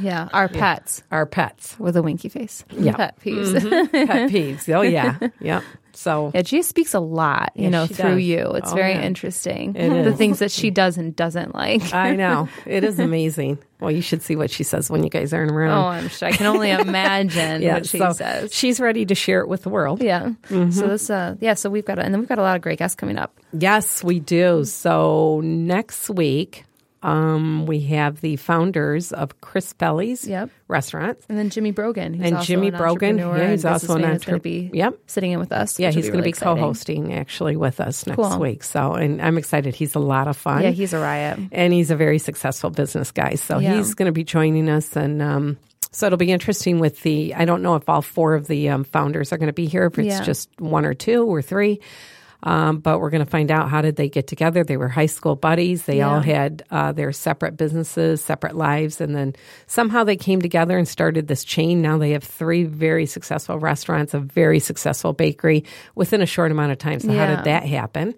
Speaker 5: Yeah, our pets
Speaker 4: our pets
Speaker 5: with a winky face.
Speaker 4: Yeah. Mm.
Speaker 5: pet peeves.
Speaker 4: pet peeves. Oh yeah, yep. So
Speaker 5: Yeah, she speaks a lot, you know,
Speaker 4: she
Speaker 5: through
Speaker 4: does.
Speaker 5: you. It's
Speaker 4: Oh,
Speaker 5: very
Speaker 4: yeah.
Speaker 5: interesting.
Speaker 4: It
Speaker 5: the
Speaker 4: is.
Speaker 5: things that she does and doesn't like.
Speaker 4: I know it is amazing. Well, you should see what she says when you guys aren't around.
Speaker 5: Oh, I'm sure. I can only imagine what she
Speaker 4: so Mm-hmm.
Speaker 5: says.
Speaker 4: she's ready to share it with the world.
Speaker 5: yeah. So this, uh, yeah. So we've got, a, and then we've got a lot of great guests coming up.
Speaker 4: Yes, we do. So next week, um, we have the founders of Chris Belly's
Speaker 5: Yep.
Speaker 4: restaurant.
Speaker 5: And then Jimmy Brogan, who's
Speaker 4: And
Speaker 5: also
Speaker 4: Jimmy
Speaker 5: an
Speaker 4: Brogan,
Speaker 5: entrepreneur
Speaker 4: yeah,
Speaker 5: and
Speaker 4: he's also an
Speaker 5: businessman, is gonna
Speaker 4: entrep-
Speaker 5: Be
Speaker 4: yep.
Speaker 5: sitting in with us.
Speaker 4: Yeah,
Speaker 5: which will
Speaker 4: he's
Speaker 5: be
Speaker 4: going to
Speaker 5: really
Speaker 4: be
Speaker 5: exciting.
Speaker 4: co-hosting actually with us next
Speaker 5: Cool.
Speaker 4: week. So, and I'm excited. He's a lot of fun.
Speaker 5: Yeah, he's a riot.
Speaker 4: and he's a very successful business guy. So
Speaker 5: Yeah.
Speaker 4: he's going to be joining us, and um, so it'll be interesting with the. I don't know if all four of the um, founders are going to be here, if it's
Speaker 5: Yeah.
Speaker 4: just one or two or three. Um, but we're going to find out how did they get together. They were high school buddies. They all had uh, their separate businesses, separate lives, and then somehow they came together and started this chain. Now they have three very successful restaurants, a very successful bakery within a short amount of time. So how
Speaker 5: Yeah.
Speaker 4: did that happen?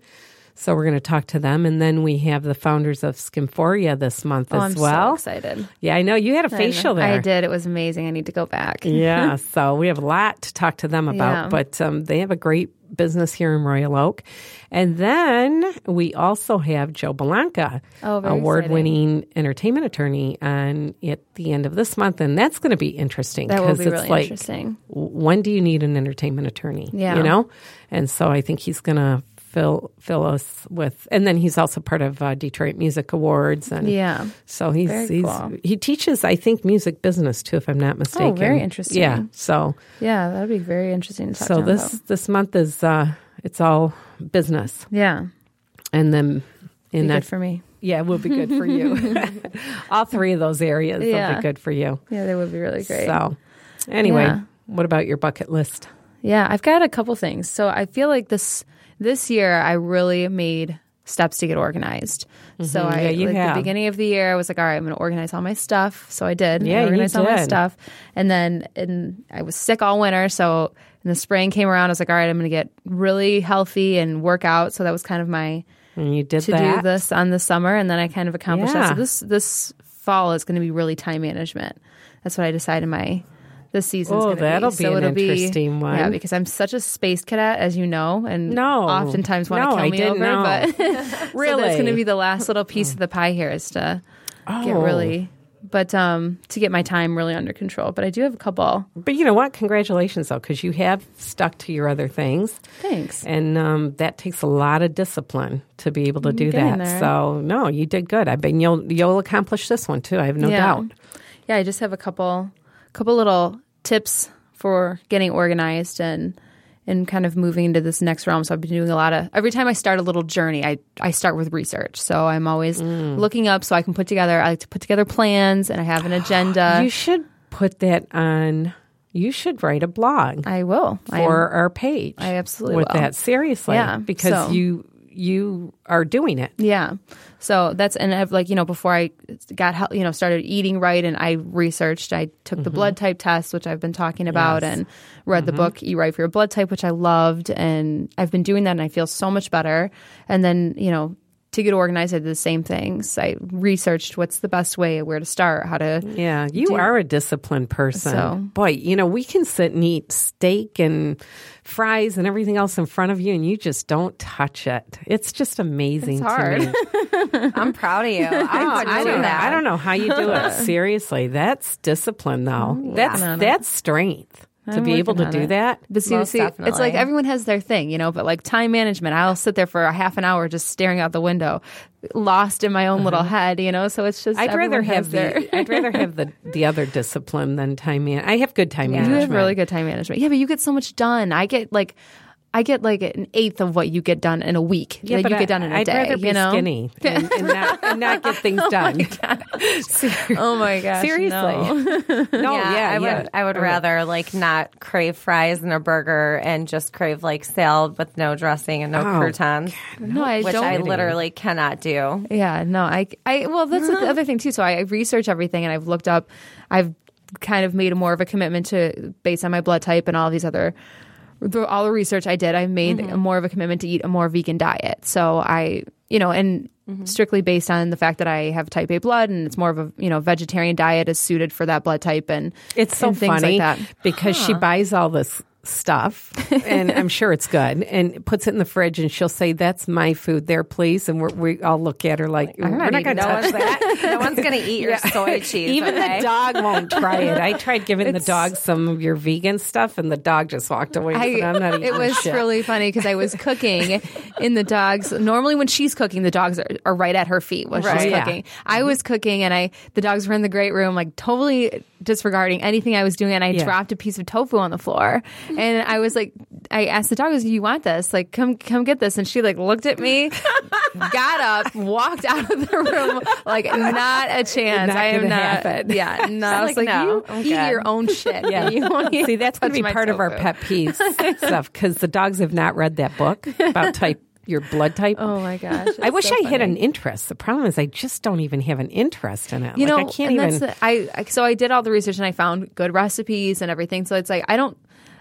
Speaker 4: So we're going to talk to them, and then we have the founders of Skimphoria this month
Speaker 5: Oh,
Speaker 4: as
Speaker 5: I'm so
Speaker 4: well.
Speaker 5: excited.
Speaker 4: yeah, I know you had a facial there.
Speaker 5: I did. It was amazing. I need to go back.
Speaker 4: yeah, so we have a lot to talk to them about,
Speaker 5: Yeah.
Speaker 4: but um, they have a great business here in Royal Oak. And then we also have Joe Belanca,
Speaker 5: Oh, very
Speaker 4: award-winning entertainment attorney, on at the end of this month, and that's going to be interesting
Speaker 5: That will
Speaker 4: because
Speaker 5: be
Speaker 4: it's
Speaker 5: really
Speaker 4: like
Speaker 5: interesting.
Speaker 4: w- when do you need an entertainment attorney?
Speaker 5: Yeah.
Speaker 4: You know? And so I think he's going to fill fill us with, and then he's also part of uh, Detroit Music Awards, and
Speaker 5: Yeah.
Speaker 4: so he's,
Speaker 5: Very
Speaker 4: he's
Speaker 5: cool.
Speaker 4: he teaches, I think, music business too, if I'm not mistaken.
Speaker 5: Oh, very interesting.
Speaker 4: Yeah, so
Speaker 5: Yeah, that would be very interesting to talk
Speaker 4: so
Speaker 5: to him
Speaker 4: this
Speaker 5: about.
Speaker 4: this month is uh, it's all business,
Speaker 5: Yeah.
Speaker 4: and then in
Speaker 5: Be
Speaker 4: that
Speaker 5: good for me.
Speaker 4: yeah, it will be good for you. all three of those areas will
Speaker 5: Yeah.
Speaker 4: be good for you.
Speaker 5: Yeah, that would be really great.
Speaker 4: So anyway,
Speaker 5: Yeah.
Speaker 4: what about your bucket list?
Speaker 5: Yeah, I've got a couple things. So I feel like this this year I really made steps to get organized. So I
Speaker 4: Mm-hmm. Yeah, you
Speaker 5: like
Speaker 4: have.
Speaker 5: the beginning of the year I was like, all right, I'm gonna organize all my stuff. So I did.
Speaker 4: Yeah,
Speaker 5: I
Speaker 4: you
Speaker 5: organized all my
Speaker 4: did.
Speaker 5: stuff. And then and I was sick all winter, so in the spring came around, I was like, all right, I'm gonna get really healthy and work out. So that was kind of my
Speaker 4: And you did
Speaker 5: to
Speaker 4: that.
Speaker 5: do this on the summer and then I kind of accomplished
Speaker 4: Yeah.
Speaker 5: that. So this this fall is going to be really time management. That's what I decided my this season's
Speaker 4: Oh,
Speaker 5: going to be.
Speaker 4: that'll be
Speaker 5: so
Speaker 4: an
Speaker 5: it'll
Speaker 4: interesting
Speaker 5: be,
Speaker 4: one.
Speaker 5: Yeah, because I'm such a space cadet as you know and
Speaker 4: No.
Speaker 5: oftentimes want
Speaker 4: No,
Speaker 5: to kill
Speaker 4: I
Speaker 5: me
Speaker 4: didn't
Speaker 5: over
Speaker 4: know.
Speaker 5: but so
Speaker 4: Really?
Speaker 5: that's going to be the last little piece of the pie here is to get
Speaker 4: Oh.
Speaker 5: really but um to get my time really under control. But I do have a couple
Speaker 4: But you know what? Congratulations, though, because you have stuck to your other things.
Speaker 5: Thanks.
Speaker 4: And um, that takes a lot of discipline to be able to do
Speaker 5: Mm, getting
Speaker 4: that.
Speaker 5: there.
Speaker 4: So no, you did good. I mean, you'll you'll accomplish this one too. I have no doubt.
Speaker 5: Yeah, I just have a couple couple little tips for getting organized and and kind of moving into this next realm. So I've been doing a lot of every time I start a little journey, I, I start with research. So I'm always looking up so I can put together I like to put together plans and I have an agenda.
Speaker 4: Mm. you should put that on. You should write a blog
Speaker 5: I will. I
Speaker 4: for our page.
Speaker 5: I absolutely
Speaker 4: with
Speaker 5: will.
Speaker 4: that seriously,
Speaker 5: Yeah,
Speaker 4: because
Speaker 5: so-
Speaker 4: you you are doing it.
Speaker 5: Yeah. So that's and I've like you know before I got hel- you know started eating right and I researched I took
Speaker 4: Mm-hmm.
Speaker 5: the blood type test which I've been talking about and read the book Eat Right for Your Blood Type which I loved and I've been doing that and I feel so much better and then you know to get organized I did the same things I researched what's the best way where to start how to
Speaker 4: Yeah, you are a disciplined person.
Speaker 5: So-
Speaker 4: Boy, you know, we can sit and eat steak and fries and everything else in front of you, and you just don't touch it. It's just amazing
Speaker 5: It's
Speaker 4: to
Speaker 5: hard. Oh,
Speaker 4: me.
Speaker 6: I'm proud of you. I couldn't
Speaker 4: I
Speaker 6: do
Speaker 4: don't, know,
Speaker 6: that.
Speaker 4: I don't know how you do it. Seriously, that's discipline, though. That's that's strength to be able to
Speaker 5: on
Speaker 4: do
Speaker 5: it.
Speaker 4: that.
Speaker 5: But see,
Speaker 6: Most
Speaker 5: see it's like
Speaker 6: definitely.
Speaker 5: everyone has their thing, you know, but like time management, I'll sit there for a half an hour just staring out the window, lost in my own little head, you know, so it's just
Speaker 4: Uh-huh. I'd rather
Speaker 5: everyone has
Speaker 4: have
Speaker 5: their
Speaker 4: the I'd rather have the the other discipline than time man. I have good time
Speaker 5: You
Speaker 4: management.
Speaker 5: have really good time management. Yeah, but you get so much done. I get like I get like an eighth of what you get done in a week.
Speaker 4: Yeah,
Speaker 5: that
Speaker 4: but
Speaker 5: you get
Speaker 4: I-
Speaker 5: done in a
Speaker 4: I'd
Speaker 5: day,
Speaker 4: rather be
Speaker 5: you know.
Speaker 4: skinny and, and not, and not get things done.
Speaker 5: Oh my gosh.
Speaker 4: Seriously.
Speaker 5: no.
Speaker 4: No, Oh, yeah,
Speaker 6: yeah, I would.
Speaker 4: yeah.
Speaker 6: I would rather like not crave fries and a burger and just crave like salad with no dressing and no
Speaker 4: Oh,
Speaker 6: croutons,
Speaker 5: No, I
Speaker 6: which
Speaker 5: don't
Speaker 6: I literally cannot do.
Speaker 5: Yeah, no, I, I, well, that's the other thing too. So I, I research everything and I've looked up, I've kind of made more of a commitment to based on my blood type and all these other, through all the research I did, I made
Speaker 4: Mm-hmm.
Speaker 5: more of a commitment to eat a more vegan diet. So I, you know, and
Speaker 4: Mm-hmm.
Speaker 5: strictly based on the fact that I have type A blood and it's more of a, you know, vegetarian diet is suited for that blood type and
Speaker 4: It's so
Speaker 5: and things
Speaker 4: funny
Speaker 5: like that.
Speaker 4: because she buys all this stuff, and I'm sure it's good, and puts it in the fridge, and she'll say, "That's my food, there, please." And we're, we all look at her like, "We're not,
Speaker 5: not
Speaker 4: going to
Speaker 6: No
Speaker 4: touch
Speaker 6: one's,
Speaker 4: that."
Speaker 6: no one's gonna eat your soy cheese.
Speaker 4: Even
Speaker 6: okay?
Speaker 4: the dog won't try it. I tried giving the dog some of your vegan stuff, and the dog just walked away.
Speaker 5: I-
Speaker 4: and said, I'm not eating
Speaker 5: it was
Speaker 4: shit.
Speaker 5: really funny because I was cooking in the dogs. Normally, when she's cooking, the dogs are, are right at her feet when
Speaker 4: Right.
Speaker 5: she's
Speaker 4: Yeah. Mm-hmm.
Speaker 5: cooking. I was cooking, and I the dogs were in the great room, like totally disregarding anything I was doing, and I
Speaker 4: Yeah. Mm-hmm.
Speaker 5: dropped a piece of tofu on the floor. And I was like, I asked the dog, "I was, "Do you want this? Like, come come get this." And she like looked at me, got up, walked out of the room, like not a chance.
Speaker 4: Not
Speaker 5: I am
Speaker 4: gonna
Speaker 5: not.
Speaker 4: happen.
Speaker 5: Yeah, no. I was like,
Speaker 6: like, "No,
Speaker 5: you
Speaker 6: I'm
Speaker 5: eat
Speaker 6: good."
Speaker 5: your own shit.
Speaker 4: Yeah.
Speaker 5: You won't even
Speaker 4: See, that's going to be
Speaker 5: touch my
Speaker 4: part of our
Speaker 5: tofu.
Speaker 4: pet peeves stuff because the dogs have not read that book about type your blood type.
Speaker 5: Oh my gosh!
Speaker 4: I
Speaker 5: it's
Speaker 4: wish
Speaker 5: so
Speaker 4: I had
Speaker 5: funny.
Speaker 4: an interest. The problem is I just don't even have an interest in it.
Speaker 5: You
Speaker 4: like,
Speaker 5: know,
Speaker 4: I can't
Speaker 5: and
Speaker 4: even.
Speaker 5: that's the, I I- so I did all the research and I found good recipes and everything. So it's like I don't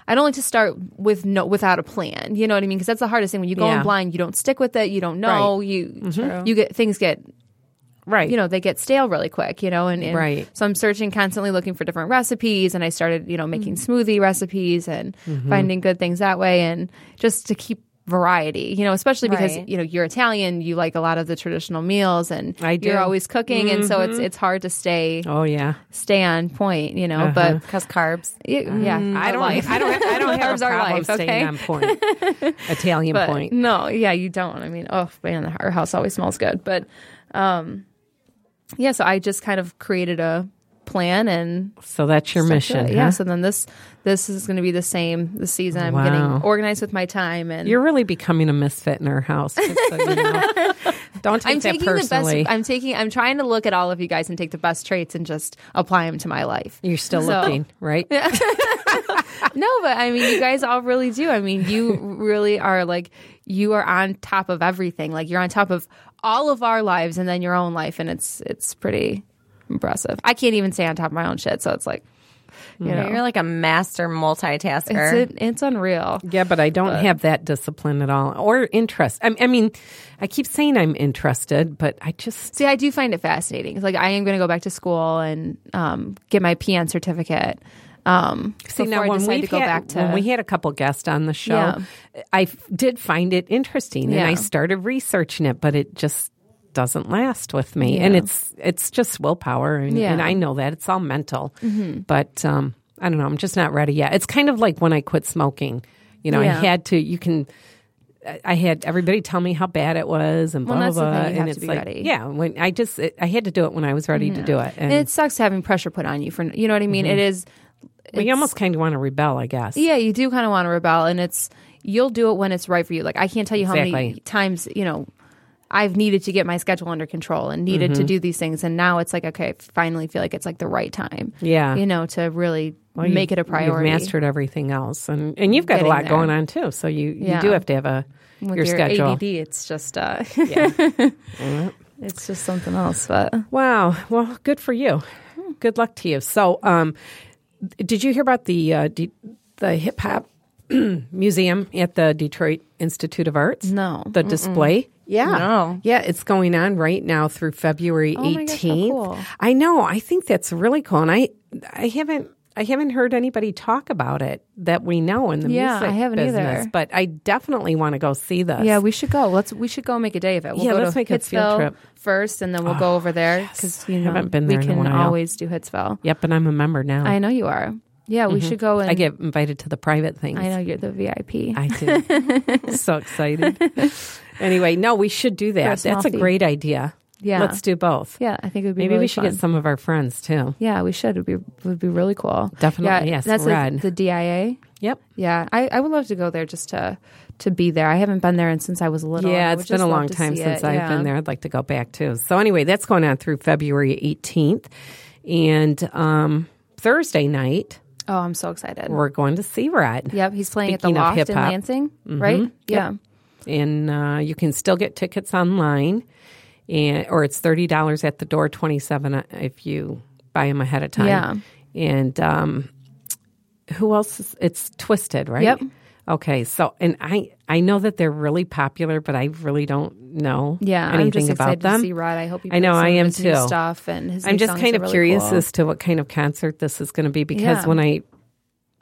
Speaker 5: I don't like to start with no without a plan. You know what I mean? Because that's the hardest thing when you go
Speaker 4: Yeah. Mm-hmm.
Speaker 5: in blind, you don't stick with it, you don't know, you you get things get
Speaker 4: right.
Speaker 5: you know they get stale really quick you know and, and
Speaker 4: Right.
Speaker 5: so i'm searching constantly looking for different recipes
Speaker 4: Mm-hmm.
Speaker 5: and i started you know making smoothie recipes and finding good things that way and just to keep variety, you know, especially because
Speaker 6: Right.
Speaker 5: you know you're Italian, you like a lot of the traditional meals, and
Speaker 4: I do. Mm-hmm.
Speaker 5: you're always cooking, and so it's it's hard to stay
Speaker 4: Oh yeah.
Speaker 5: stay on point, you know. But
Speaker 6: because carbs.
Speaker 5: y- yeah,
Speaker 4: Mm-hmm. I
Speaker 5: our
Speaker 4: don't,
Speaker 5: life.
Speaker 4: I don't. I don't have a
Speaker 5: Carbs are
Speaker 4: problem
Speaker 5: life,
Speaker 4: staying
Speaker 5: okay?
Speaker 4: on point. Italian
Speaker 5: but
Speaker 4: point.
Speaker 5: No, yeah, you don't. I mean, oh man, our house always smells good. But um, yeah, so I just kind of created a plan and
Speaker 4: So that's your mission.
Speaker 5: yeah.
Speaker 4: huh?
Speaker 5: So then this this is going to be the same this season. I'm
Speaker 4: Wow.
Speaker 5: getting organized with my time and
Speaker 4: You're really becoming a misfit in our house. just so you know. Don't take
Speaker 5: I'm
Speaker 4: that
Speaker 5: taking the best.
Speaker 4: personally.
Speaker 5: I'm taking. I'm trying to look at all of you guys and take the best traits and just apply them to my life.
Speaker 4: You're still
Speaker 5: So-
Speaker 4: looking, right?
Speaker 5: No, but I mean, you guys all really do. I mean, you really are like you are on top of everything. Like you're on top of all of our lives and then your own life, and it's it's pretty impressive. I can't even say on top of my own shit, so it's like you know,
Speaker 6: You're like a master multitasker.
Speaker 5: it's it's unreal.
Speaker 4: Yeah, but I don't have that discipline at all or interest. I, I mean, I keep saying I'm interested, but I just
Speaker 5: See, I do find it fascinating. Like I am going to go back to school and um, get my PN certificate. Um,
Speaker 4: See,
Speaker 5: before I decide
Speaker 4: we've
Speaker 5: to go
Speaker 4: had,
Speaker 5: back to
Speaker 4: when we had a couple guests on the show,
Speaker 5: Yeah.
Speaker 4: I f- did find it interesting, and I
Speaker 5: Yeah.
Speaker 4: started researching it, but it just doesn't last with me, and
Speaker 5: Yeah.
Speaker 4: it's it's just willpower, and,
Speaker 5: Yeah. Mm-hmm.
Speaker 4: and I know that it's all mental, but um, I don't know, I'm just not ready yet. It's kind of like when I quit smoking, you know,
Speaker 5: Yeah.
Speaker 4: I had to. You can. I- I had everybody tell me how bad it was, and blah
Speaker 5: Well, that's the
Speaker 4: blah,
Speaker 5: thing,
Speaker 4: blah. and
Speaker 5: you have to
Speaker 4: it's
Speaker 5: be
Speaker 4: like,
Speaker 5: ready. Mm-hmm.
Speaker 4: yeah, when I just it, I had to do it when I was ready to do it, and,
Speaker 5: And it sucks having pressure put on you for you know what I mean.
Speaker 4: Mm-hmm.
Speaker 5: It is
Speaker 4: but you almost kind of want to rebel, I guess.
Speaker 5: yeah, you do kind of want to rebel, and it's you'll do it when it's right for you. Like I can't tell you how many
Speaker 4: Exactly.
Speaker 5: times you know I've needed to get my schedule under control and needed
Speaker 4: Mm-hmm.
Speaker 5: to do these things, and now it's like okay, I finally feel like it's like the right time.
Speaker 4: Yeah.
Speaker 5: you know, to really
Speaker 4: Well,
Speaker 5: make it
Speaker 4: you've-
Speaker 5: a priority.
Speaker 4: You've mastered everything else, and and you've got a
Speaker 5: Getting
Speaker 4: lot
Speaker 5: there.
Speaker 4: going on too. So you you
Speaker 5: Yeah.
Speaker 4: do have to have a
Speaker 5: With
Speaker 4: your, schedule.
Speaker 5: ADD, it's just uh,
Speaker 4: Yeah. Mm-hmm.
Speaker 5: it's just something else. But
Speaker 4: Wow. Well, good for you. Good luck to you. So, um, did you hear about the uh, D the hip hop museum at the Detroit Institute of Arts?
Speaker 5: No.
Speaker 4: The display. Yeah.
Speaker 6: No.
Speaker 4: Yeah, it's going on right now through February
Speaker 5: Oh my gosh, how
Speaker 4: 18th.
Speaker 5: cool.
Speaker 4: I know. I think that's really cool, and I I haven't. I haven't heard anybody talk about it that we know in the
Speaker 5: Yeah,
Speaker 4: music
Speaker 5: I haven't
Speaker 4: business,
Speaker 5: either.
Speaker 4: but I definitely want to go see this.
Speaker 5: yeah, we should go. Let's we should go make a day of it. We'll
Speaker 4: Yeah,
Speaker 5: go
Speaker 4: let's
Speaker 5: to
Speaker 4: make a field
Speaker 5: Hitsville
Speaker 4: trip. Ah,
Speaker 5: first, and then we'll go over there because you know
Speaker 4: haven't been there
Speaker 5: we
Speaker 4: in a
Speaker 5: can
Speaker 4: while.
Speaker 5: always do Hitsville.
Speaker 4: Yep, and I'm a member now.
Speaker 5: I know you are. Yeah, we should go and
Speaker 4: Mm-hmm. I get invited to the private things.
Speaker 5: I know you're the VIP.
Speaker 4: I did. so excited. Anyway, no, we should do that.
Speaker 5: small
Speaker 4: That's a
Speaker 5: fee.
Speaker 4: great idea.
Speaker 5: Yeah.
Speaker 4: Let's do both.
Speaker 5: yeah, I think it would be
Speaker 4: Maybe
Speaker 5: really
Speaker 4: we should
Speaker 5: fun.
Speaker 4: get some of our friends too.
Speaker 5: Yeah, we should. It would be would be really cool.
Speaker 4: Definitely,
Speaker 5: Yeah,
Speaker 4: yes,
Speaker 5: That's like
Speaker 4: rad.
Speaker 5: the DIA.
Speaker 4: Yep.
Speaker 5: Yeah, I, I would love to go there just to to be there. I haven't been there and since I was little.
Speaker 4: Yeah,
Speaker 5: Oh, I would
Speaker 4: it's been
Speaker 5: just
Speaker 4: a
Speaker 5: love
Speaker 4: long
Speaker 5: to
Speaker 4: time
Speaker 5: see
Speaker 4: since
Speaker 5: it.
Speaker 4: I've
Speaker 5: Yeah.
Speaker 4: been there. I'd like to go back too. So anyway, that's going on through February 18th and um, Thursday night
Speaker 5: Oh, I'm so excited.
Speaker 4: we're going to see Rod.
Speaker 5: Yep, he's playing
Speaker 4: Speaking of
Speaker 5: at the Loft in
Speaker 4: hip-hop. Mm-hmm.
Speaker 5: Lansing, right? Yeah.
Speaker 4: and uh, you can still get tickets online, and or it's thirty dollars at the door, twenty seven if you buy them ahead of time.
Speaker 5: Yeah.
Speaker 4: and um, who else? Is, it's Twisted, right?
Speaker 5: Yep.
Speaker 4: Okay, so and I I know that they're really popular, but I really don't know
Speaker 5: Yeah, I'm
Speaker 4: anything
Speaker 5: just
Speaker 4: about
Speaker 5: excited
Speaker 4: them.
Speaker 5: to see Rod. I hope he
Speaker 4: I know
Speaker 5: plays some
Speaker 4: I
Speaker 5: of
Speaker 4: am
Speaker 5: his new
Speaker 4: too.
Speaker 5: stuff and his
Speaker 4: I'm
Speaker 5: new
Speaker 4: just
Speaker 5: songs
Speaker 4: kind
Speaker 5: are
Speaker 4: of
Speaker 5: really
Speaker 4: curious
Speaker 5: cool.
Speaker 4: as to what kind of concert this is going to be because
Speaker 5: Yeah.
Speaker 4: when I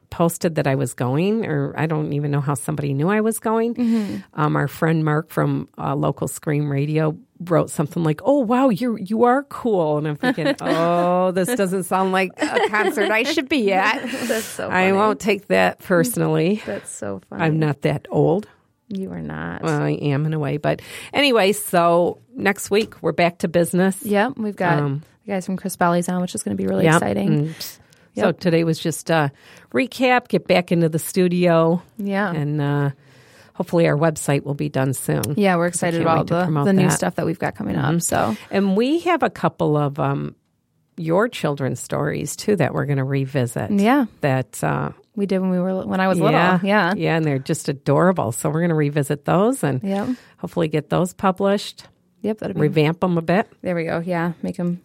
Speaker 4: posted that I was going, or I don't even know how somebody knew I was going,
Speaker 5: Mm-hmm.
Speaker 4: um, our friend Mark from uh, local Scream Radio wrote something like, "Oh wow, you you are cool," and I'm thinking, "Oh, this doesn't sound like a concert I should be at."
Speaker 5: That's so
Speaker 4: I
Speaker 5: funny. Mm-hmm.
Speaker 4: won't take that personally.
Speaker 5: That's so funny.
Speaker 4: I'm not that old.
Speaker 5: you are not.
Speaker 4: Well, I am in a way, but anyway. So next week we're back to business.
Speaker 5: Yep, we've got the guys from Chris Bally's on, which is going to be really
Speaker 4: um, Yep.
Speaker 5: exciting.
Speaker 4: And So today was just a recap, get back into the studio.
Speaker 5: Yeah.
Speaker 4: And uh, hopefully our website will be done soon.
Speaker 5: Yeah, we're excited
Speaker 4: can't wait
Speaker 5: about
Speaker 4: to
Speaker 5: the,
Speaker 4: promote
Speaker 5: the new
Speaker 4: that. Mm-hmm.
Speaker 5: stuff that we've got coming up. So
Speaker 4: And we have a couple of um, your children's stories too that we're going to revisit.
Speaker 5: Yeah.
Speaker 4: That, uh,
Speaker 5: we did when we were when I was
Speaker 4: yeah.
Speaker 5: little. Yeah.
Speaker 4: Yeah. And they're just adorable. So we're going to revisit those and
Speaker 5: Yep.
Speaker 4: hopefully get those published,
Speaker 5: Yep. That'd be,
Speaker 4: revamp them a bit.
Speaker 5: there we go. Yeah. Make them.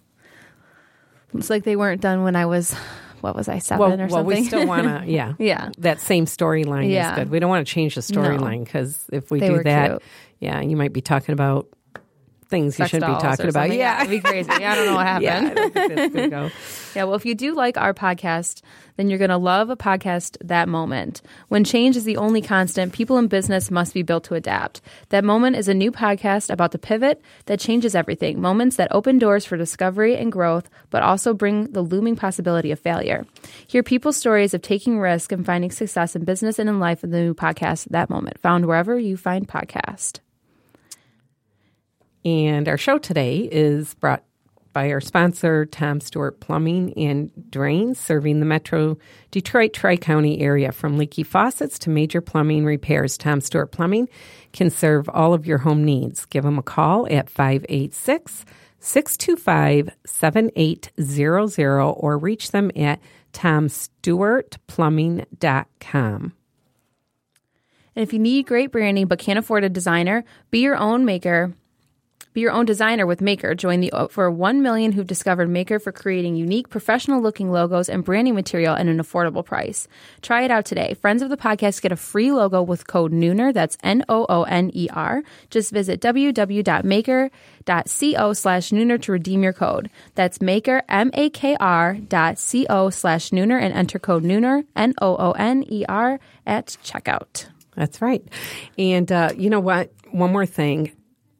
Speaker 5: It's like they weren't done when I was, what was I seven
Speaker 4: Well,
Speaker 5: or
Speaker 4: well
Speaker 5: something?
Speaker 4: we still want to, yeah.
Speaker 5: Yeah.
Speaker 4: That same storyline
Speaker 5: Yeah.
Speaker 4: is good. We don't want to change the storyline because if we
Speaker 5: They
Speaker 4: do
Speaker 5: were
Speaker 4: that,
Speaker 5: cute.
Speaker 4: yeah, you might be talking about things you
Speaker 5: sex
Speaker 4: shouldn't be
Speaker 5: dolls or
Speaker 4: talking about.
Speaker 5: something.
Speaker 4: Yeah.
Speaker 5: That'd be crazy. I don't know what happened.
Speaker 4: yeah. I don't think that's gonna go.
Speaker 5: Yeah, well, if you do like our podcast, then you're going to love a podcast that moment. When change is the only constant, people in business must be built to adapt. That moment is a new podcast about the pivot that changes everything, moments that open doors for discovery and growth, but also bring the looming possibility of failure. Hear people's stories of taking risk and finding success in business and in life in the new podcast that moment, found wherever you find podcast.
Speaker 4: And our show today is brought by our sponsor, Tom Stewart Plumbing and Drains, serving the metro Detroit Tri County area. From leaky faucets to major plumbing repairs, Tom Stewart Plumbing can serve all of your home needs. Give them a call at 586 625 7800 or reach them at tomstewartplumbing.com.
Speaker 5: And if you need great branding but can't afford a designer, be your own maker. Be your own designer with Maker. Join the over 1 million who've discovered Maker for creating unique, professional looking logos and branding material at an affordable price. Try it out today. Friends of the podcast get a free logo with code Nooner. That's N O O N E R. Just visit www.maker.co slash Nooner to redeem your code. That's Maker, M A K R dot C O slash Nooner and enter code Nooner, N O O N E R, at checkout.
Speaker 4: That's right. And uh, you know what? One more thing.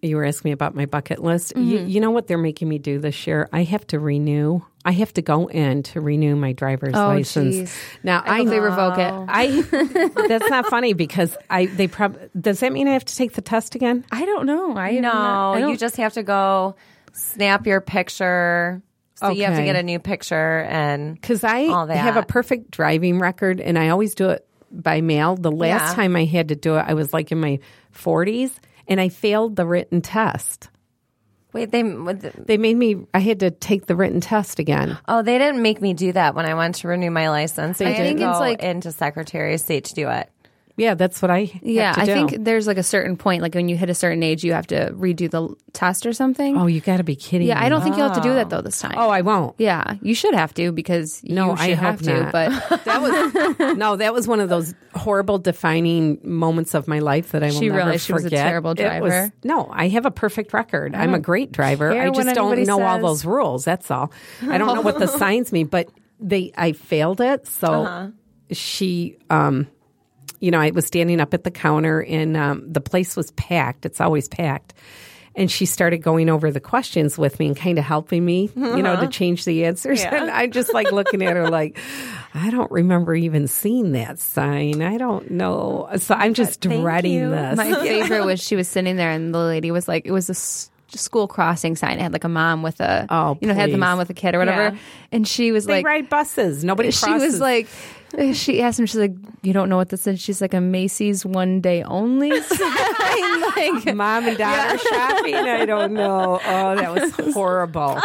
Speaker 4: You were asking me about my bucket list. You,
Speaker 5: Mm-hmm.
Speaker 4: you know what they're making me do this year? I have to renew. I have to go in to renew my driver's
Speaker 5: Oh,
Speaker 4: license.
Speaker 5: geez.
Speaker 4: Now I,
Speaker 5: hope they revoke it. Wow.
Speaker 4: I that's not funny because I they prob does that mean I have to take the test again?
Speaker 5: I don't know. I am not- I
Speaker 6: No,
Speaker 5: don't-
Speaker 6: you just have to go snap your picture. So you have to
Speaker 4: Okay.
Speaker 6: get a new picture and
Speaker 4: Because I
Speaker 6: All that.
Speaker 4: have a perfect driving record, and I always do it by mail. The last
Speaker 6: Yeah.
Speaker 4: time I had to do it, I was like in my forties, and I failed the written test.
Speaker 6: wait. They with the-
Speaker 4: They made me. I had to take the written test again.
Speaker 6: oh they didn't make me do that when I went to renew my license. I
Speaker 5: didn't?
Speaker 6: think it's
Speaker 5: like-
Speaker 6: like into Secretary of State to do it.
Speaker 4: Yeah, that's what I. have
Speaker 5: Yeah,
Speaker 4: to
Speaker 5: I
Speaker 4: do.
Speaker 5: think there's like a certain point, like when you hit a certain age, you have to redo the l- test or something.
Speaker 4: Oh, you got to be kidding!
Speaker 5: yeah,
Speaker 4: me.
Speaker 5: I don't think you'll have to do that though this time.
Speaker 4: Oh, I won't.
Speaker 5: yeah, you should have to because
Speaker 4: No,
Speaker 5: you should
Speaker 4: I
Speaker 5: have
Speaker 4: hope
Speaker 5: to.
Speaker 4: not.
Speaker 5: But
Speaker 4: That was no. That was one of those horrible defining moments of my life that I will
Speaker 5: She
Speaker 4: never
Speaker 5: really-
Speaker 4: forget.
Speaker 5: she was a terrible
Speaker 4: It was-
Speaker 5: driver.
Speaker 4: no, I have a perfect record. I'm a great driver.
Speaker 5: care
Speaker 4: I
Speaker 5: what
Speaker 4: just don't
Speaker 5: anybody
Speaker 4: know all
Speaker 5: says.
Speaker 4: those rules. That's all. I don't know what the signs mean, but they. I failed it, so she. um you know, I was standing up at the counter and um, the place was packed. It's always packed. And she started going over the questions with me and kind of helping me, you know, to change the answers. And I'm just like looking at her like, I don't remember even seeing that sign. I don't know. So I'm just dreading this.
Speaker 5: my favorite was she was sitting there and the lady was like, it was a s- school crossing sign. It had like a mom with a,
Speaker 4: Oh,
Speaker 5: you know, it had the
Speaker 4: please.
Speaker 5: mom with a kid or whatever.
Speaker 6: Yeah.
Speaker 5: And she was
Speaker 4: they
Speaker 5: like,
Speaker 4: ride buses. Nobody
Speaker 5: she
Speaker 4: crosses.
Speaker 5: was like, she asked him, she's like, you don't know what this is? She's like, a Macy's one day only sign. like,
Speaker 4: mom and daughter shopping. I don't know. Oh, that was horrible.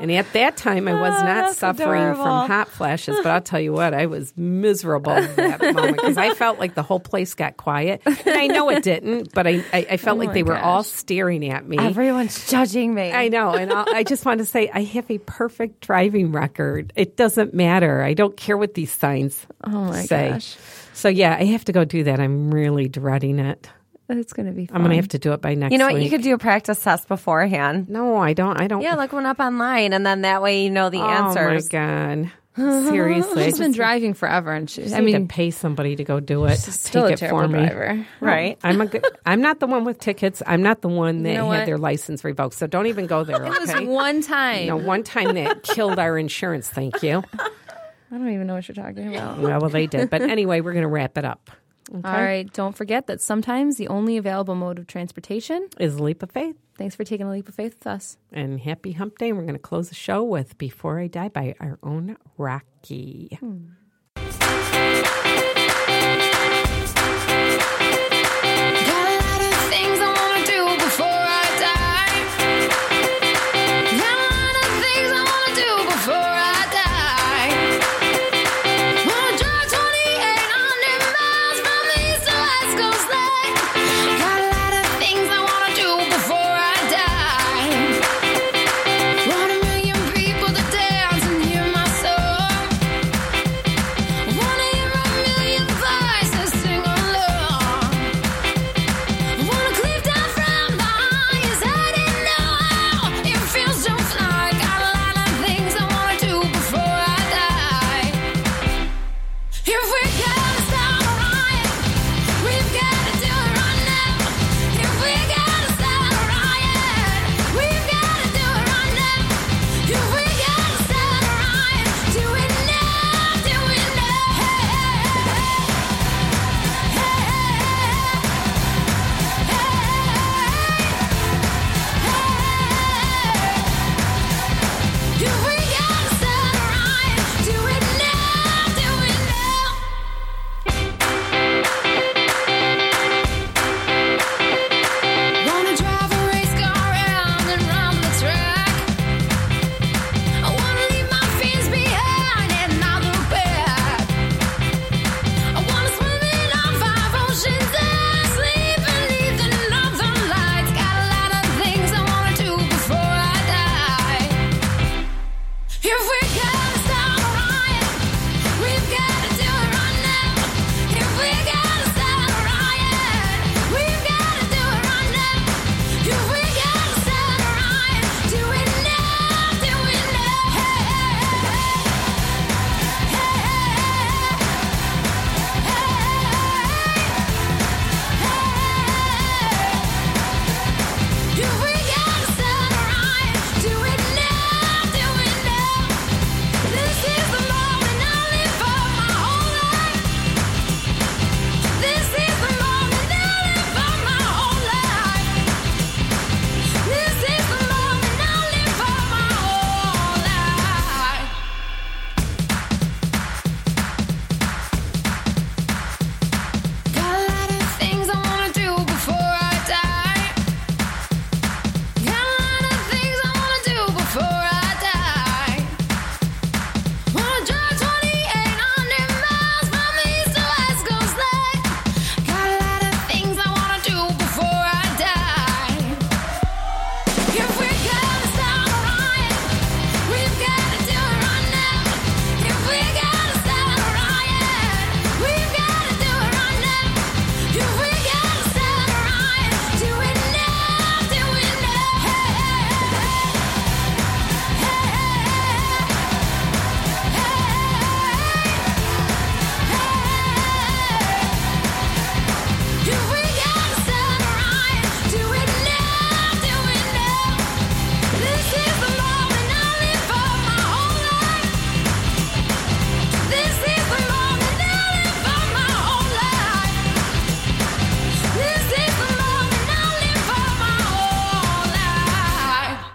Speaker 4: And at that time, I was not suffering
Speaker 6: adorable.
Speaker 4: from hot flashes, but I'll tell you what, I was miserable at that moment because I felt like the whole place got quiet. And I know it didn't, but I, I, I felt like
Speaker 5: my
Speaker 4: they were all
Speaker 5: gosh.
Speaker 4: staring at me.
Speaker 6: Everyone's judging me.
Speaker 4: I know. And I'll, I just want to say, I have a perfect driving record. It doesn't matter. I don't care what these signs
Speaker 5: Oh my
Speaker 4: say.
Speaker 5: gosh.
Speaker 4: So, yeah, I have to go do that. I'm really dreading it.
Speaker 5: it's going to be fun.
Speaker 4: I'm going to have to do it by next
Speaker 6: you know what?
Speaker 4: week.
Speaker 6: You could do a practice test beforehand.
Speaker 4: No, I don't. I don't.
Speaker 6: Yeah, look one up online, and then that way you know the answers.
Speaker 4: Oh my god! Seriously,
Speaker 5: She's
Speaker 4: I
Speaker 5: been
Speaker 4: just
Speaker 5: driving forever, and she, I
Speaker 4: need
Speaker 5: mean,
Speaker 4: to pay somebody to go do it.
Speaker 5: still
Speaker 4: Take
Speaker 5: a
Speaker 4: it
Speaker 5: terrible
Speaker 4: for me.
Speaker 5: driver.
Speaker 6: Right.
Speaker 4: I'm a good, I'm not the one with tickets. I'm not the one that
Speaker 5: know what?
Speaker 4: had their license revoked. So don't even go there.
Speaker 5: It was
Speaker 4: Okay.
Speaker 5: one time.
Speaker 4: You know, one time that killed our insurance. Thank you.
Speaker 5: I don't even know what you're talking about.
Speaker 4: Well, well, they did. But anyway, we're going to wrap it up.
Speaker 5: All right, don't forget that sometimes the only available mode of transportation.
Speaker 4: Is a leap of faith
Speaker 5: Thanks for taking a leap of faith with us.
Speaker 4: and happy hump day. We're going to close the show with "Before I Die" by our own Rocky.